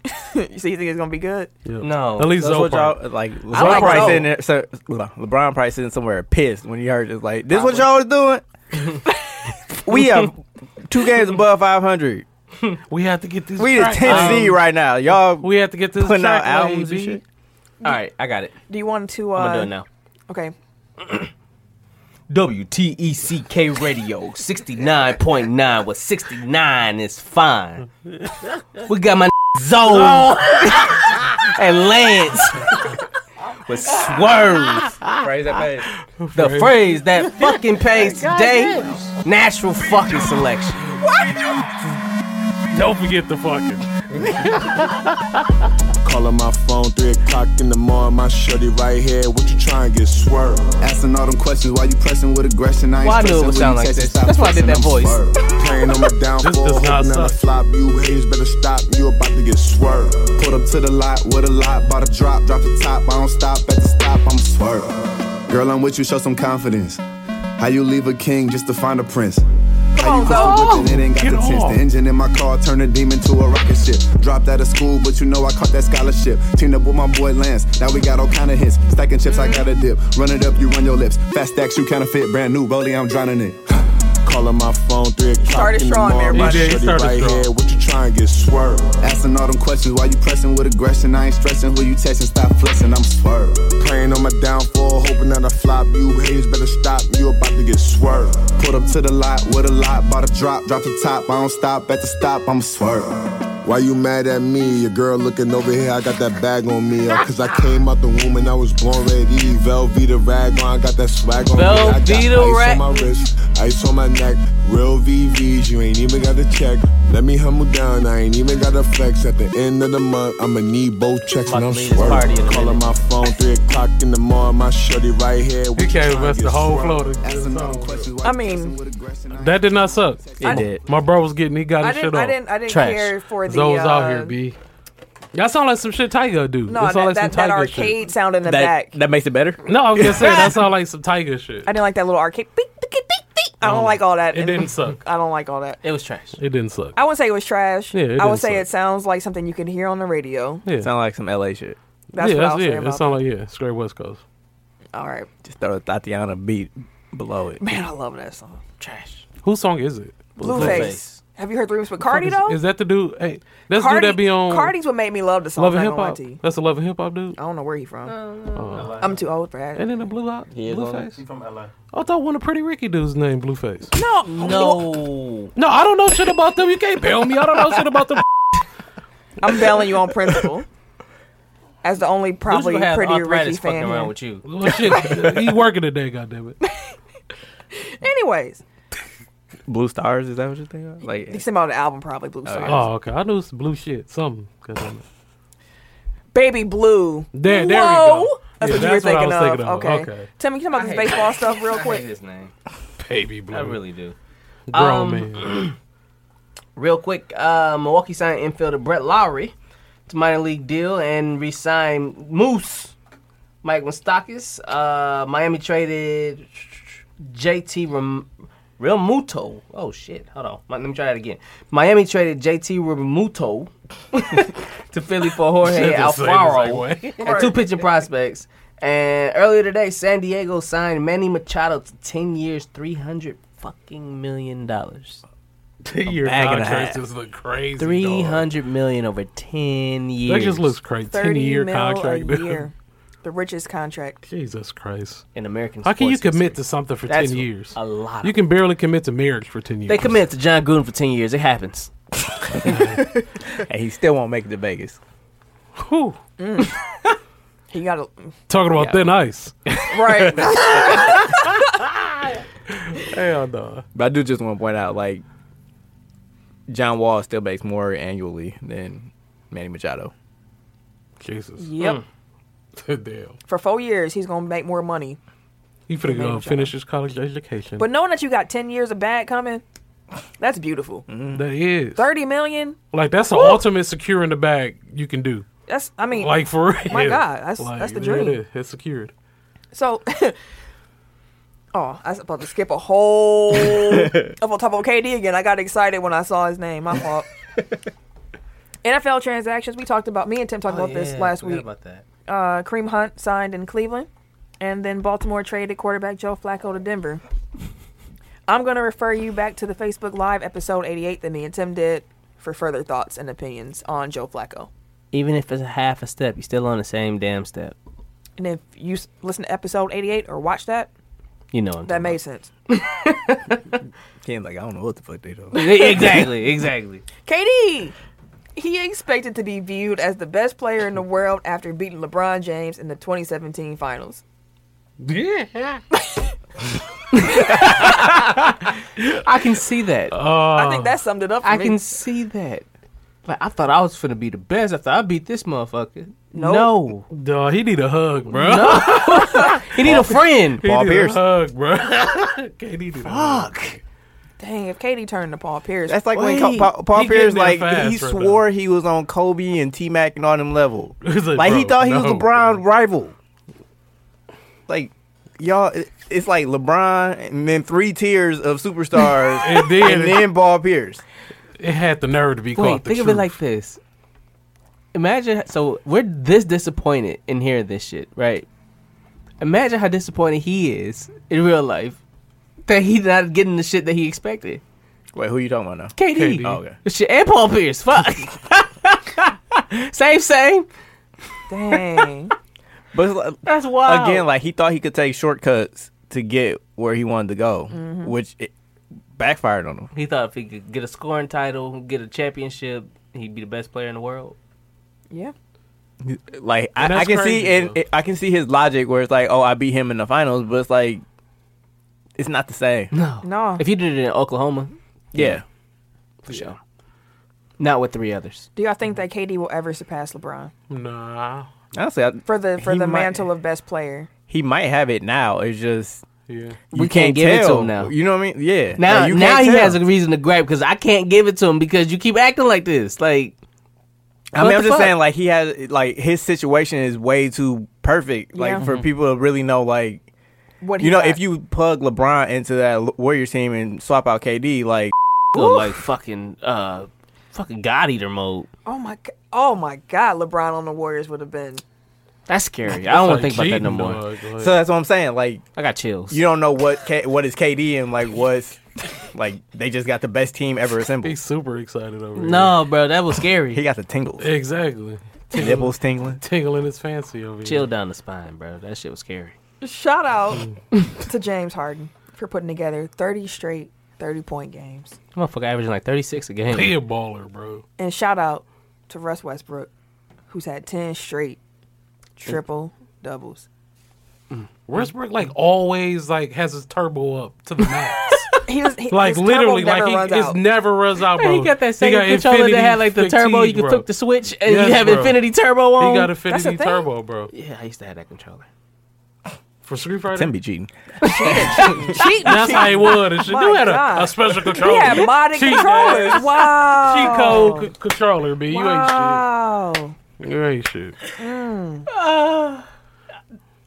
C: so you think it's gonna be good?
D: Yeah.
A: No.
D: At least
B: That's what
D: Zopar.
B: y'all like. LeBron
C: like
B: Price
C: Zoe.
B: sitting there. So, LeBron Price sitting somewhere pissed when he heard this. Like this, what y'all was doing? we have two games above five hundred.
D: We have to get this.
B: We the
D: track.
B: ten seed
D: Um,
B: right now. Y'all
D: We have to get this.
B: putting out
D: track laid,
B: albums and
D: B.
B: shit.
A: All right, I got it.
C: Do you want to? Uh,
A: I'm gonna do it now.
C: Okay.
A: WTECK E Radio 69.9 with 69 is fine. We got my zone and Lance with swerve.
C: Ah,
B: Praise that page.
A: The phrase that fucking pays today, natural fucking selection.
D: Don't forget the fucking.
F: Calling my phone, 3 o'clock in the morning. My shorty right here. What you trying to get swerved? Asking all them questions why you pressing with aggression. I ain't
A: Why I knew it
F: stressing
A: would
F: when
A: sound
F: you
A: like
F: text me,
A: this.
F: stop
A: That's why I did
F: pressing,
A: that
F: I'm
A: voice.
F: swerved. Playing on my downfall,
D: does not
F: hoping that I
D: suck.
F: flop. You haters better stop. You about to get swerved. Put up to the lot with a lot. Bought a drop, drop the top. I don't stop at the stop. I'm swerved. Girl, I'm with you. Show some confidence. How you leave a king just to find a prince? How you
C: Val.
F: whipping it ain't got
D: Get
F: the tints.
D: off.
F: The engine in my car turned a demon to a rocket ship. Dropped out of school, but you know I caught that scholarship. Teamed up with my boy Lance. Now we got all kind of hits. Stacking chips, I got a dip. Run it up, you run your lips. Fast stacks, you counterfeit. Brand new rollie, I'm drowning it. Calling my phone, three o'clock
C: Started
F: in the
C: strong there,
F: morning.
D: buddy. He did, he
F: Shorty
D: started
F: right
D: strong.
F: here, what you trying to get swerved? Asking all them questions, why you pressing with aggression? I ain't stressing who you texting, stop flexing, I'm swerved. Praying on my downfall, hoping that I flop. You haters better stop, you about to get swerved. Put up to the lot with a lot, bought a drop, drop the top. I don't stop at the stop, I'm swerved. Why you mad at me? Your girl looking over here, I got that bag on me. uh, Cause I came out the womb and I was born ready. Velveeta rag on, I got that swag on me. I
A: Velveeta
F: got ice
A: rag-
F: on my my wrist, ice on my neck. Real VVs, you ain't even got to check. Let me humble down, I ain't even got to flex. At the end of the month, I'ma need both checks. And
A: About
F: I'm
A: to leave this party in a
F: swerving. Calling
A: minute.
F: my phone, three o'clock in the morning. My shorty right here.
D: He can't mess the whole floor. to-
C: I mean,
D: That did not suck.
B: It did.
D: My bro was getting, he got
C: I
D: his shit
C: didn't, I
D: off.
C: didn't, I didn't
A: Trash.
C: care for the.
D: Zoe's out
C: uh,
D: here, B. That sound like some shit Tiger do.
C: No,
D: that sound
C: that,
D: like
C: that,
D: some
C: that
D: Tiger
C: arcade sound in the
B: That
C: back.
B: that makes it better.
D: shit. No, I was gonna say that sound like some Tiger shit.
C: I didn't like that little arcade. Beep, beep, beep, beep. I don't like all that.
D: Um, It didn't suck.
C: I don't like all that.
A: It was trash.
D: It didn't suck.
C: I wouldn't say it was trash.
D: Yeah, it
C: I would
D: didn't
C: say
D: suck.
C: it sounds like something you can hear on the radio.
D: Yeah,
B: Sound like some LA shit.
C: That's
D: yeah,
C: what I was
D: yeah.
C: saying.
D: it
C: About.
D: sound like yeah, straight West Coast.
C: all right,
B: Just throw a Tatiana beat below it.
C: man, I love that song.
A: Trash.
D: Whose song is it?
C: Blueface.
A: Blueface.
C: Have you heard the remix with Cardi
D: Is,
C: though?
D: is that the dude? Hey, that's the
C: Cardi,
D: dude that be on
C: Cardi's what made me love the song.
D: Love and
C: I'm
D: Hip
C: not gonna lie
D: Hop.
C: to you.
D: That's the Love and Hip Hop dude.
C: I don't know where he from. I'm too old for that.
D: And then the blue out,
B: is on
D: Blueface.
E: From LA.
D: I thought one of Pretty Ricky dudes named Blueface.
C: No,
A: No.
D: No, I don't know shit about them. You can't bail me. I don't know shit about them.
C: I'm bailing you on principle. As the only probably
A: Lucifer has
C: pretty Ricky
A: arthritis fucking
C: fan.
A: around
C: here.
A: with you.
D: Well, shit, he working today. Goddamn it.
C: Anyways,
B: Blue stars, is that what you think? Of? Like,
C: you said about the album probably Blue Stars.
D: Oh, okay. I knew it's blue shit. Something. Goddamn it.
C: Baby Blue.
D: There, there
C: Whoa!
D: we go.
C: That's
D: Yeah,
C: what you were
D: that's what I
C: thinking,
D: was
C: of.
D: thinking of.
C: Okay.
D: Okay.
C: Tell me, can you talk about this baseball stuff real
A: I hate
C: quick?
A: his name.
D: Baby blue.
A: I really do.
D: Grown
A: Um,
D: man.
A: Real quick, uh, Milwaukee signed infielder Brett Lowry to minor league deal and re-signed Moose Mike Mostakis. Uh, Miami traded JT Ram- Realmuto. Oh shit! Hold on, let me try that again. Miami traded JT Realmuto to Philly for Jorge
D: That's the same exact
A: Alfaro
D: way.
A: and two pitching prospects. And earlier today, San Diego signed Manny Machado to ten years, three hundred fucking million dollars.
D: Your
B: bag and a
D: contracts
B: half.
D: just look crazy.
A: Three
D: dog.
A: hundred million over ten years.
D: That just looks crazy. Ten
C: Thirty
D: year
C: mil
D: contract.
C: a
D: dude.
C: year, the richest contract.
D: Jesus Christ.
A: in American.
D: How can you
A: sports
D: commit to
A: history.
D: something for
A: That's
D: ten years?
A: A lot.
D: You can barely commit to marriage for ten years.
A: They committed to John Gruden for ten years. It happens.
B: and he still won't make it to Vegas.
D: Whew.
C: He got a
D: Talking about thin ice.
C: right.
A: Mm.
D: Hell no.
B: But I do just want to point out, like, John Wall still makes more annually than Manny Machado.
D: Jesus.
C: yep.
D: Damn.
C: For four years, he's gonna make more money.
D: He finna go and finish his college education.
C: But knowing that you got ten years of bad coming, that's beautiful.
A: Mm-hmm.
D: that is
C: Thirty million.
D: like that's the ultimate secure in the bag you can do.
C: That's I mean.
D: Like for real.
C: My God, that's- that's the
D: there it
C: dream.
D: is. It's secured.
C: so. Oh, I was about to skip a whole. I'm on top of KD again. I got excited when I saw his name. My fault. NFL transactions. We talked about. Me and Tim talked about this last week.
A: Oh, About that.
C: uh, Kareem Hunt signed in Cleveland, and then Baltimore traded quarterback Joe Flacco to Denver. I'm going to refer you back to the Facebook Live episode 88 that me and Tim did for further thoughts and opinions on Joe Flacco.
A: Even if it's a half a step, you're still on the same damn step.
C: And if you s- listen to episode 88 or watch that,
A: You know what I'm talking
C: that made sense.
B: Ken's like, I don't know what the fuck they do.
A: about. exactly, exactly.
C: KD, he expected to be viewed as the best player in the world after beating LeBron James in the 2017 finals.
D: Yeah.
B: I can see that.
D: Uh,
C: I
B: Oh.
C: think that summed it up for
B: I
C: me.
B: can see that. Like I thought I was finna be the best after I beat this motherfucker.
C: Nope.
B: No,
D: Dog, he need a hug, bro.
B: he need a friend.
D: He
E: Paul
D: need
E: Pierce.
D: a hug, bro. Can't he do that?
C: Dang, if Katie turned to Paul Pierce,
B: That's like when
D: Wait,
B: Ca- Paul, Paul
D: he getting
B: Pierce,
D: there
B: like
D: fast
B: he
D: right
B: swore he was on Kobe and T Mac and on them level.
D: He's
B: like
D: like,
B: he
D: bro,
B: thought he was
D: no,
B: LeBron's rival. Like y'all, it- it's like LeBron and then three tiers of superstars,
D: And then-
B: and then Paul Pierce.
D: It had the nerve to
A: Wait,
D: be called the
A: think of
D: truth.
A: it like this. Imagine so we're this disappointed in hearing this shit, right? Imagine how disappointed he is in real life that he's not getting the shit that he expected.
B: Wait, who you talking about now?
A: KD,
D: KD.
B: Oh, okay.
A: shit, and Paul Pierce, fuck, same, same.
C: dang.
B: But it's like-
A: That's wild.
B: again, like he thought he could take shortcuts to get where he wanted to go, which it backfired on him.
A: he thought if he could get a scoring title, get a championship, he'd be the best player in the world.
C: yeah.
B: Like
D: And
B: I, I
D: that's
B: can
D: crazy,
B: see, and
D: though.
B: it, I can see his logic where it's like, oh, I beat him in the finals, but it's like, it's not the same.
A: No,
C: No.
A: If you did it in Oklahoma,
B: Yeah,
A: for sure. Not with three others.
C: Do y'all think that KD will ever surpass LeBron
D: Nah.
B: honestly, I,
C: for the for
B: He
C: the
B: might-
C: mantle of best player?
B: he might have it now. It's just
D: Yeah.
A: We can't give it to him now.
B: You know what I mean? Yeah.
A: Now,
B: Like, you
A: now
B: can't
A: he
B: tell.
A: has a reason to gripe because I can't give it to him because you keep acting like this. Like,
B: I
A: what
B: mean, I'm
A: the fuck?
B: just saying, like he has, like his situation is way too perfect, like
C: Yeah.
B: for
D: Mm-hmm.
B: people to really know, like
C: What he
B: you know,
C: got.
B: if you plug LeBron into that L- Warriors team and swap out KD, like
A: go like fucking uh, fucking God eater mode.
C: oh my god, oh my god, LeBron on the Warriors would have been
A: That's scary. I don't want to
D: Like,
A: think about that no
D: cheating,
A: more.
D: dog, like-
B: so that's what I'm saying. Like
A: I got chills.
B: you don't know what K- what is KD and like what's like they just got the best team ever assembled.
D: He's super excited over
A: no, bro, that was scary.
B: He got the tingles,
D: here. Exactly.
B: nipples tingling.
D: Tingling his fancy over
A: Chill
D: here.
A: down the spine, bro. That shit was scary.
C: shout out
B: Mm.
C: to James Harden for putting together thirty straight thirty point games,
A: Motherfucker averaging like 36 a game.
D: He a baller, bro.
C: and shout out to Russ Westbrook, who's had ten straight triple doubles.
D: Westbrook like always like has his turbo up to the max.
C: He was he,
D: like
C: his turbo
D: literally,
C: never
D: like he
C: runs
D: it's
C: out.
D: never runs out, bro.
A: He got that same controller that
D: Infinity
A: had like the turbo. You
D: fatigue,
A: could
D: bro.
A: flip the switch and
D: Yes,
A: you have
D: bro.
A: Infinity Turbo on.
D: He got
C: That's the
D: Infinity
C: thing.
D: Turbo, bro.
A: yeah, I used to have that controller.
D: For Street Fighter,
B: Tim be cheating.
C: Cheating.
D: that's how he would. And shit.
C: My
D: You had
C: God.
D: a, a special
C: He
D: controller.
C: had modded
D: Cheat,
C: controllers.
D: man.
C: Wow.
D: Cheat code c- controller, b. You
C: Wow.
D: ain't shit. You ain't shit.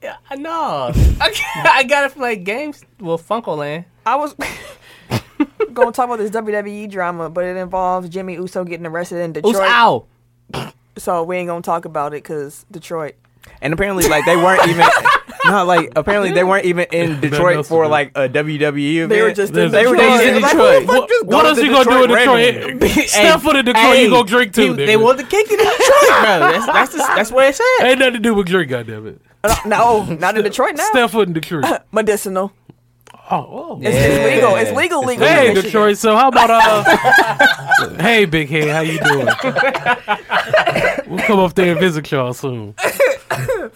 A: Yeah, I know. I got it from like games. Well, Funkoland.
C: I was gonna talk about this WWE drama, but it involves Jimmy Uso getting arrested in Detroit.
A: Who's ow?
C: So we ain't gonna talk about it because Detroit.
B: And apparently, like they weren't even. No, like apparently they weren't even in
D: else
B: Detroit
D: to
B: for
D: do.
B: like a WWE event.
C: They were just in
B: they were
D: Detroit.
B: just in
C: Like,
B: Detroit.
D: What,
B: Just go
D: what
B: to
D: else
B: the
D: you gonna do in Detroit?
B: Red
D: Step foot in Detroit, you gonna drink too.
A: They, they
D: nigga.
A: want the kick in Detroit, bro. That's that's, the, that's where it's at.
D: Ain't nothing to do with drink, goddamn it.
C: Uh, No, Uh, not in Detroit now.
D: Step foot in Detroit. oh,
C: Medicinal.
D: oh.
C: It's, it's legal. It's legal. Legal.
D: Hey,
C: in Michigan.
D: Detroit. So how about uh? hey, big head, how you doing? we'll come up there and visit y'all soon.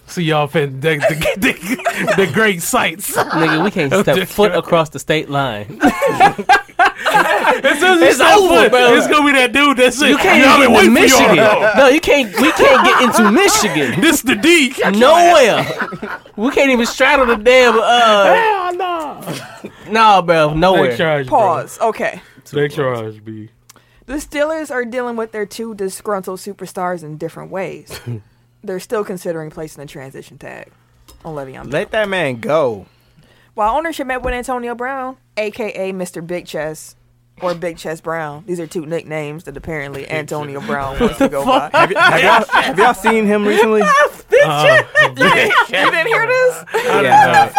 D: See y'all fin the, the, the, the great sights. As
A: Nigga, we can't step foot across the state line.
D: soon as you
A: It's
D: step
A: over,
D: foot,
A: bro.
D: It's gonna be that dude. That's it.
A: You can't
D: Y'all been
A: even get
D: waiting
A: into
D: for y'all.
A: Michigan. No, you can't. We can't get into Michigan.
D: This the D.
A: Nowhere. We can't even straddle the damn. Uh,
D: Hell no.
A: no, bro.
D: They
A: Nowhere.
D: charge.
C: Pause. Okay.
D: Bro. They charge. B.
C: The Steelers are dealing with their two disgruntled superstars in different ways. They're still considering placing a transition tag on Le'Veon. Bell.
B: Let that man go.
C: While ownership met with Antonio Brown, aka Mr. Big Chess or Big Chess Brown. These are two nicknames that apparently Antonio Brown wants to go by.
B: Have, y- have y'all, have y'all seen him recently?
C: You didn't hear this?
B: yeah.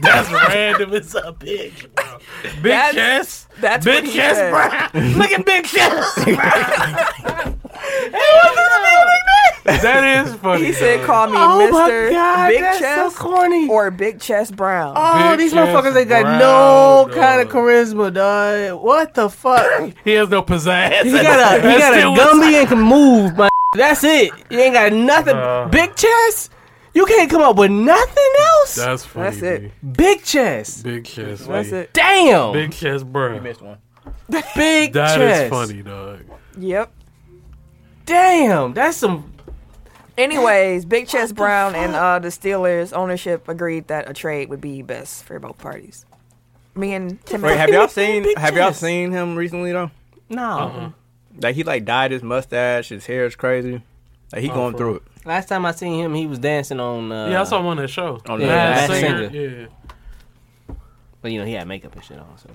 D: That's random. It's a bitch, bro. Big
C: That's-
D: chest.
C: That's what
D: Big
C: he
D: chest,
C: said.
D: Brown. Look at big chest. that is funny.
C: He said,
D: dog.
C: "Call me Mr. Big Chess
A: corny.
C: or Big Chess Brown."
A: Oh,
D: Big
A: these
D: chest
A: motherfuckers, they got
D: brown,
A: no
D: dog.
A: kind of charisma, dog. What the fuck?
D: He has no pizzazz.
A: He got a he got a Gumby and can move, my That's it. You ain't got nothing.
D: Uh.
A: Big chest. You can't come up with nothing else.
D: That's funny.
C: That's it.
D: B.
A: Big chest.
D: Big chest.
C: That's
D: B.
C: it.
A: Damn.
D: Big chest, bro.
B: Missed one.
A: Big
D: That is
A: chest.
D: funny, dog.
C: Yep.
A: Damn. That's some.
C: Anyways, Big Chess Brown and uh, the Steelers ownership agreed that a trade would be best for both parties. Me and Tim.
B: Wait, have y'all seen?
A: Big
B: Have y'all
A: chest.
B: seen him recently though?
A: No.
D: Uh-uh.
B: Like he like dyed his mustache. His hair is crazy. Like he going
D: for
B: through it.
A: Last time I seen him, he was dancing on. Uh,
D: yeah, I saw him on that show.
B: on
A: the
D: Masked
A: Masked
D: singer.
A: Singer.
D: Yeah.
A: But you know, he had makeup and shit on. So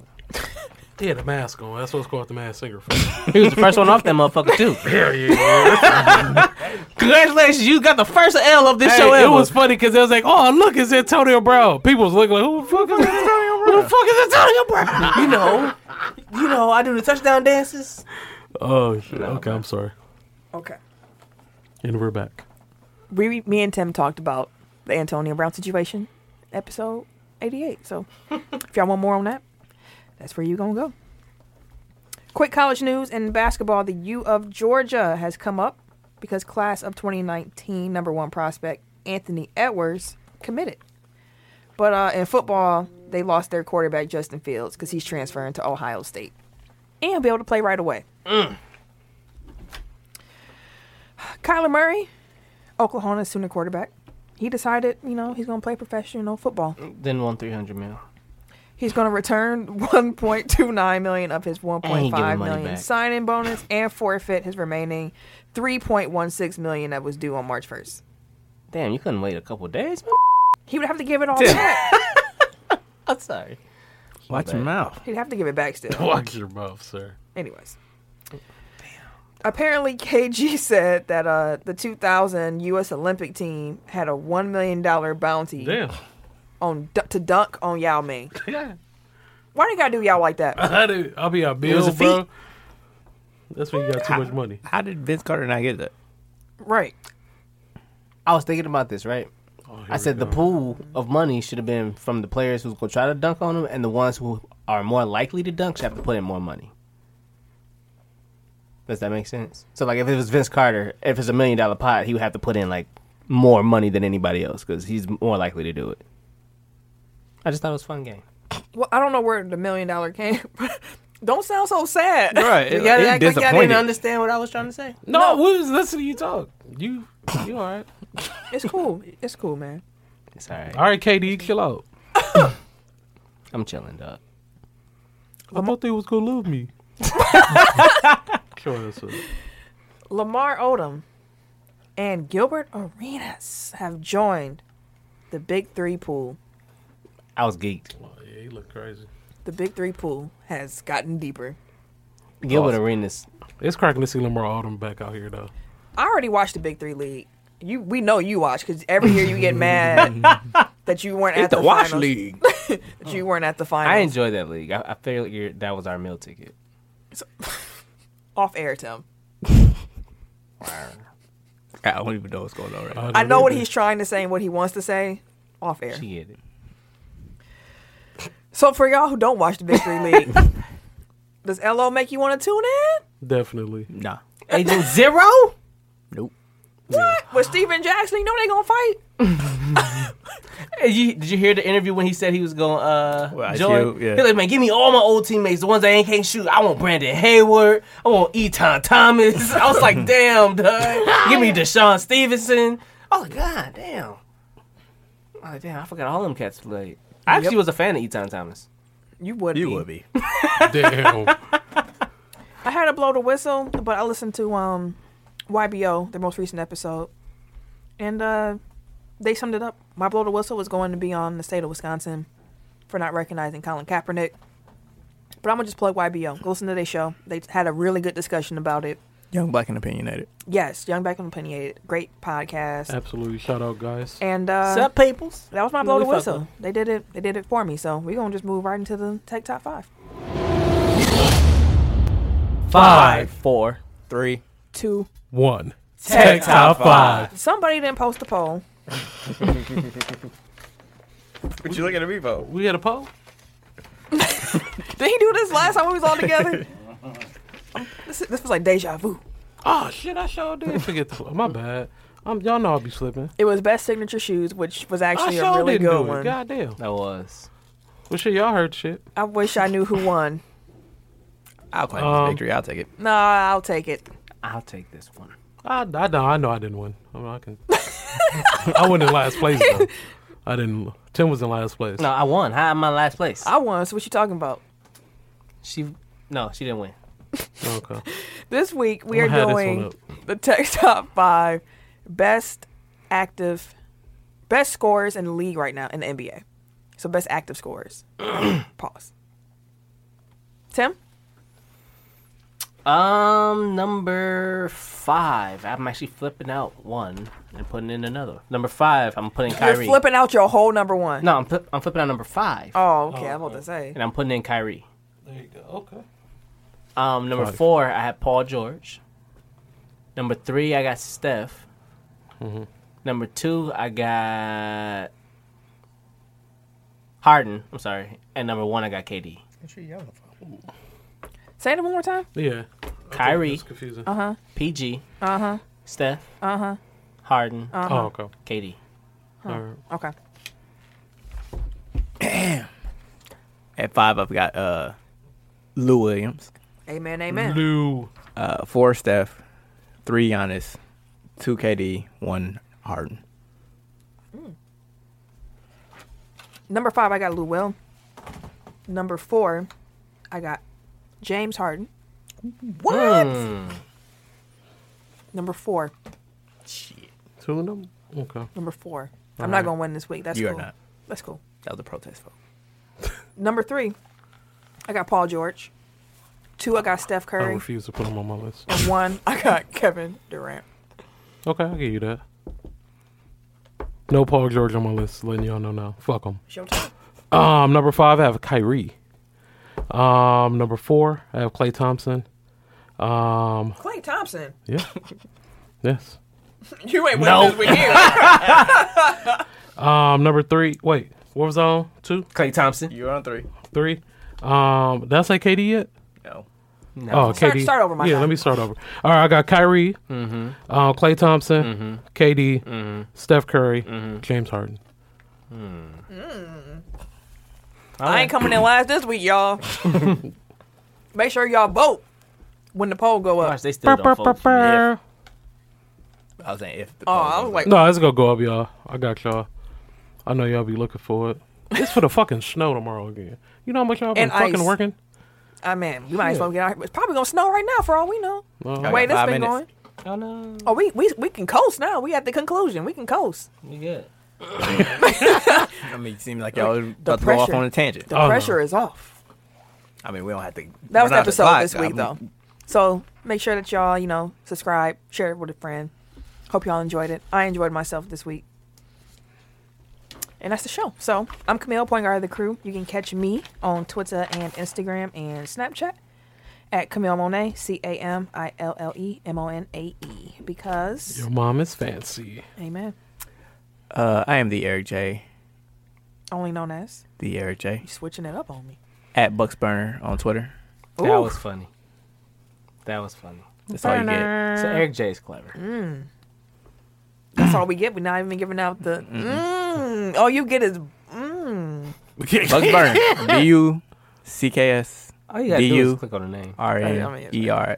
D: He had a mask on. That's what's called the mask singer. For.
A: he was the first one off that motherfucker too.
D: Hell yeah, yeah.
A: Congratulations, you got the first L of this
D: Hey,
A: show ever.
D: it was funny because it was like, oh, look, it's Antonio Brown. People was looking like, who the fuck is Antonio Brown?
A: Who the fuck is Antonio Brown? you know, you know, I do the touchdown dances.
D: Oh, shit. Okay, I'm sorry.
C: Okay.
D: And we're back.
C: We, me and Tim talked about the Antonio Brown situation, episode 88. So if y'all want more on that, that's where you going to go. Quick college news in basketball the U of Georgia has come up because class of 2019 number one prospect Anthony Edwards committed. But uh, in football, they lost their quarterback Justin Fields because he's transferring to Ohio State and he'll be able to play right away. Kyler Murray, Oklahoma sooner quarterback. He decided, you know, he's going to play professional football.
A: Then one three hundred mil.
C: He's going to return 1.29 million of his
A: giving
C: 1.5
A: money
C: million
A: back.
C: sign-in bonus and forfeit his remaining 3.16 million that was due on March 1st.
A: Damn, you couldn't wait a couple days. Man?
C: He would have to give it all
B: Tim.
C: back.
A: I'm sorry.
B: Watch your mouth.
C: He'd have to give it back still.
D: Watch your mouth, sir.
C: Anyways. Apparently, KG said that uh, the 2000 U.S. Olympic team had a $1 million bounty
D: Damn.
C: on du- to dunk on Yao Ming.
D: Yeah.
C: Why do you gotta do Yao like that?
D: I did- I'll be a bill,
B: a feat.
D: bro. That's when you got too much money.
B: How did Vince Carter not get that?
C: Right.
A: I was thinking about this, right? I said the pool of money should have been from the players who's gonna try to dunk on him, and the ones who are more likely to dunk should have to put in more money. Does that make sense? So, like, if it was Vince Carter, if it's a million dollar pot, he would have to put in like more money than anybody else because he's more likely to do it. I just thought it was a fun game.
C: Well, I don't know where the million dollar came. Don't sound so sad.
B: Right.
A: You gotta act like y'all didn't understand what I was trying to say.
D: No, we was listening to you talk. You, you all right?
C: It's cool. It's cool, man.
A: It's all right.
D: All right, KD, chill out.
A: I'm chilling, dog.
D: I thought they was gonna love me. Chill out, sir.
C: Lamar Odom and Gilbert Arenas have joined the Big Three pool.
A: I was geeked.
D: Oh, yeah, he look crazy.
C: The Big Three pool has gotten deeper.
A: Gilbert Arenas.
D: It's cracking to see Lamar Odom back out here though.
C: I already watched the Big Three league. You, we know you watch because every year you get mad that you weren't at
B: It's
C: the,
B: the Wash
C: finals,
B: League.
C: That you weren't at the finals.
A: I enjoyed that league. I, I figured that was our meal ticket.
C: off air, Tim.
B: I don't even know what's going on right now.
C: I know what he's trying to say and what he wants to say off air.
A: She get it.
C: So for y'all who don't watch the Victory League, does LO make you want to tune in?
D: definitely.
B: Nah.
A: Agent Zero?
B: Nope.
C: What? With Steven Jackson, you know they gonna fight.
A: Hey, you- did you hear the interview when he said he was going to uh,
B: Well, I
A: join?
B: do, yeah.
A: He's like, man, give me all my old teammates, the ones that ain't can't shoot. I want Brandon Hayward. I want Eton Thomas. I was like, damn, dog. Give me Deshaun Stevenson. Oh, God, damn. Oh, damn, I forgot all them cats played. I actually was a fan of Eton Thomas.
C: You would.
B: You
C: be.
B: would be.
D: Damn.
C: I had to blow the whistle, but I listened to um YBO, their most recent episode, and uh, they summed it up. My blow the whistle was going to be on the state of Wisconsin for not recognizing Colin Kaepernick. But I'm gonna just plug YBO. Go listen to their show. They had a really good discussion about it.
B: Young, black, and opinionated.
C: Yes, Young Back and Opinionated, great podcast.
D: Absolutely. Shout out, guys.
C: And uh,
A: Sup, peoples?
C: That was my
A: We-
C: blow
A: we
C: the
A: fuck
C: whistle.
A: with
C: They did it. They did it for me. So we're gonna just move right into the tech top five.
A: Five, four.
B: Three.
C: Two.
D: One.
A: Tech
D: Top five.
C: Somebody didn't post a poll.
B: What you looking at me for?
D: We had a poll.
C: Did he do this last time we was all together? this, this was like deja vu.
D: Oh shit! I sure did forget the. My bad. Um, y'all know I'll be slipping.
C: It was best signature shoes, which was actually
D: I sure
C: a really
D: didn't
C: good
D: do
C: one.
D: it. Goddamn.
A: That was.
D: Well, shit, y'all heard shit.
C: I wish I knew who won.
B: I'll claim
D: Um,
B: this victory. I'll take it.
C: No, I'll take it.
A: I'll take this one.
D: I, I know. I know I didn't win. I mean, I can. I wasn't in last place though. I didn't. Tim was in last place.
A: No, I won. How am I last place?
C: I won. So what you talking about?
A: She no, she didn't win.
D: Okay.
C: This week we
D: I'm
C: are
D: gonna have this one
C: doing the tech top five best active, best scorers in the league right now in the NBA. So best active scorers. Pause. Tim,
A: Um, number five. I'm actually flipping out one and putting in another. Number five, I'm putting Kyrie.
C: you're flipping out your whole number one.
A: No, I'm, flip- I'm flipping out number five,
C: Oh, okay. I'm about to say.
A: and I'm putting in Kyrie.
D: There you go. Okay.
A: Um, number
D: Five.
A: four, I had Paul George. Number three, I got Steph. Number two, I got Harden. I'm sorry, and number one, I got KD.
C: Say it one more time.
D: Yeah.
A: Kyrie. Uh-huh,
D: It's confusing. Uh huh.
A: PG. Uh huh.
C: Uh-huh.
A: Steph. Uh huh. Harden.
D: Oh, okay.
A: KD.
D: All right.
C: Okay.
B: At five, I've got uh, Lou Williams,
C: Amen. Amen.
D: Lou.
B: uh, four Steph, three Giannis, two KD, one Harden.
C: Number five, I got Lou Will. Number four, I got James Harden. What? Number four.
D: Two of them. Okay.
C: Number four. I'm not gonna win this week. That's
B: You are
C: cool.
B: not.
C: That's cool.
B: That was a protest vote.
C: Number three, I got Paul George. Two, I got Steph
D: I
C: Curry.
D: refuse to put them on my list.
C: And one, I got Kevin Durant.
D: Okay, I'll give you that. No Paul George on my list. Letting y'all know now. Fuck him.
C: Showtime.
D: Um, number five, I have Kyrie. Um, number four, I have Clay Thompson. Um,
C: Clay Thompson.
D: yeah. yes.
C: You ain't winning this week here.
D: Um, number three. Wait, what was I on? Two,
A: Clay Thompson.
B: You're on three.
D: three. Um, did I say KD yet?
B: No.
D: Oh,
C: Start-
D: KD.
C: start over, my
D: Yeah,
C: guy.
D: let me start over. All right, I got Kyrie, uh, Clay Thompson, KD, Steph Curry, James Harden.
C: I ain't coming in last this week, y'all. Make sure y'all vote when the poll go up.
A: Gosh, they still don't vote for me.
B: Yeah. I was saying if. The
C: Oh,
B: poll
C: I was
B: goes
C: like,
D: No, it's gonna go up, y'all. I got y'all. I know y'all be looking for it. It's for the fucking snow tomorrow again. You know how much y'all been
C: And
D: fucking
C: ice.
D: working?
C: I mean, we might as well get out. It's probably gonna snow right now, for all we know.
D: No.
B: I
C: Wait,
B: got
C: this
B: five
C: been
B: minutes.
C: going. Oh no! Oh, we we we can coast now. We at the conclusion. We can coast.
A: You good?
B: up. I mean, it seemed like y'all were
C: the
B: about to go off
C: pressure.
B: on a tangent.
C: The
D: Oh, no.
C: pressure is off.
B: I mean, we don't have to.
C: That was
B: we're
C: the
B: not
C: episode
B: clock,
C: this week,
B: I'm-
C: though. So make sure that y'all, you know, subscribe, share it with a friend. Hope y'all enjoyed it. I enjoyed myself this week. And that's the show. So I'm Camille, point guard of the crew. You can catch me on Twitter and Instagram and Snapchat at Camille Monet, C A M I L L E M O N A E. Because,
D: Your mom is fancy.
C: amen.
B: Uh, I am the Eric J.
C: Only known as,
B: The Eric J.
C: you switching it up on me.
B: At Bucks Burner on Twitter.
A: That
C: Ooh.
A: was funny. That was funny.
B: That's all you get.
A: So
C: Mm.
A: Eric J is clever.
C: That's all we get. We're not even giving out the. Mm. All you get is. Mm.
B: Bucks Burner. B U C K S
A: All you gotta do
B: DU.
A: is click on the name.
B: R
C: I mean,
B: N E R.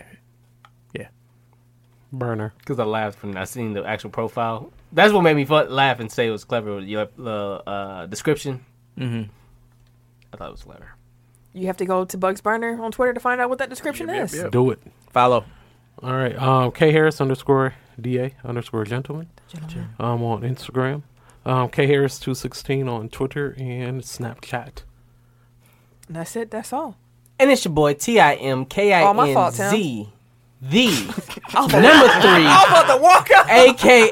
D: Burner.
A: Because I laughed when I seen the actual profile. That's what made me fu- laugh and say it was clever. with Your little uh, description.
B: Mhm.
C: Mm-hmm.
A: I thought it was clever.
C: You have to go to Bugs Burner on Twitter to find out what that description
B: Yep, yep,
C: is.
B: yep.
D: Do it.
B: Follow.
D: All right. Um, K Harris underscore DA underscore gentleman. Um, on Instagram. Um, K Harris two sixteen on Twitter and Snapchat.
C: And that's it. That's all.
A: And it's your boy T I M K I
C: Oh, my fault, Oh.
A: N Z the number
C: About to walk out.
A: three,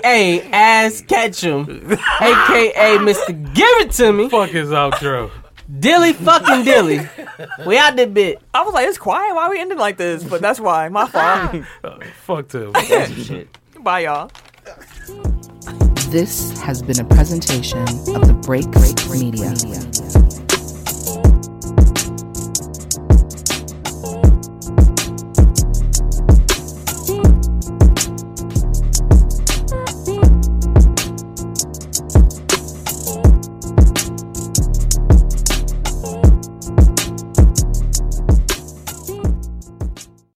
A: aka Ass Ketchum, aka Mr. Give It To Me,
D: Fuck his outro.
A: Dilly fucking Dilly. We out the bit.
C: I was like, it's quiet. Why we ending like this? But that's why. My fault.
D: Fuck him.
A: Shit.
C: Bye, y'all.
G: This has been a presentation of the Break Break Media.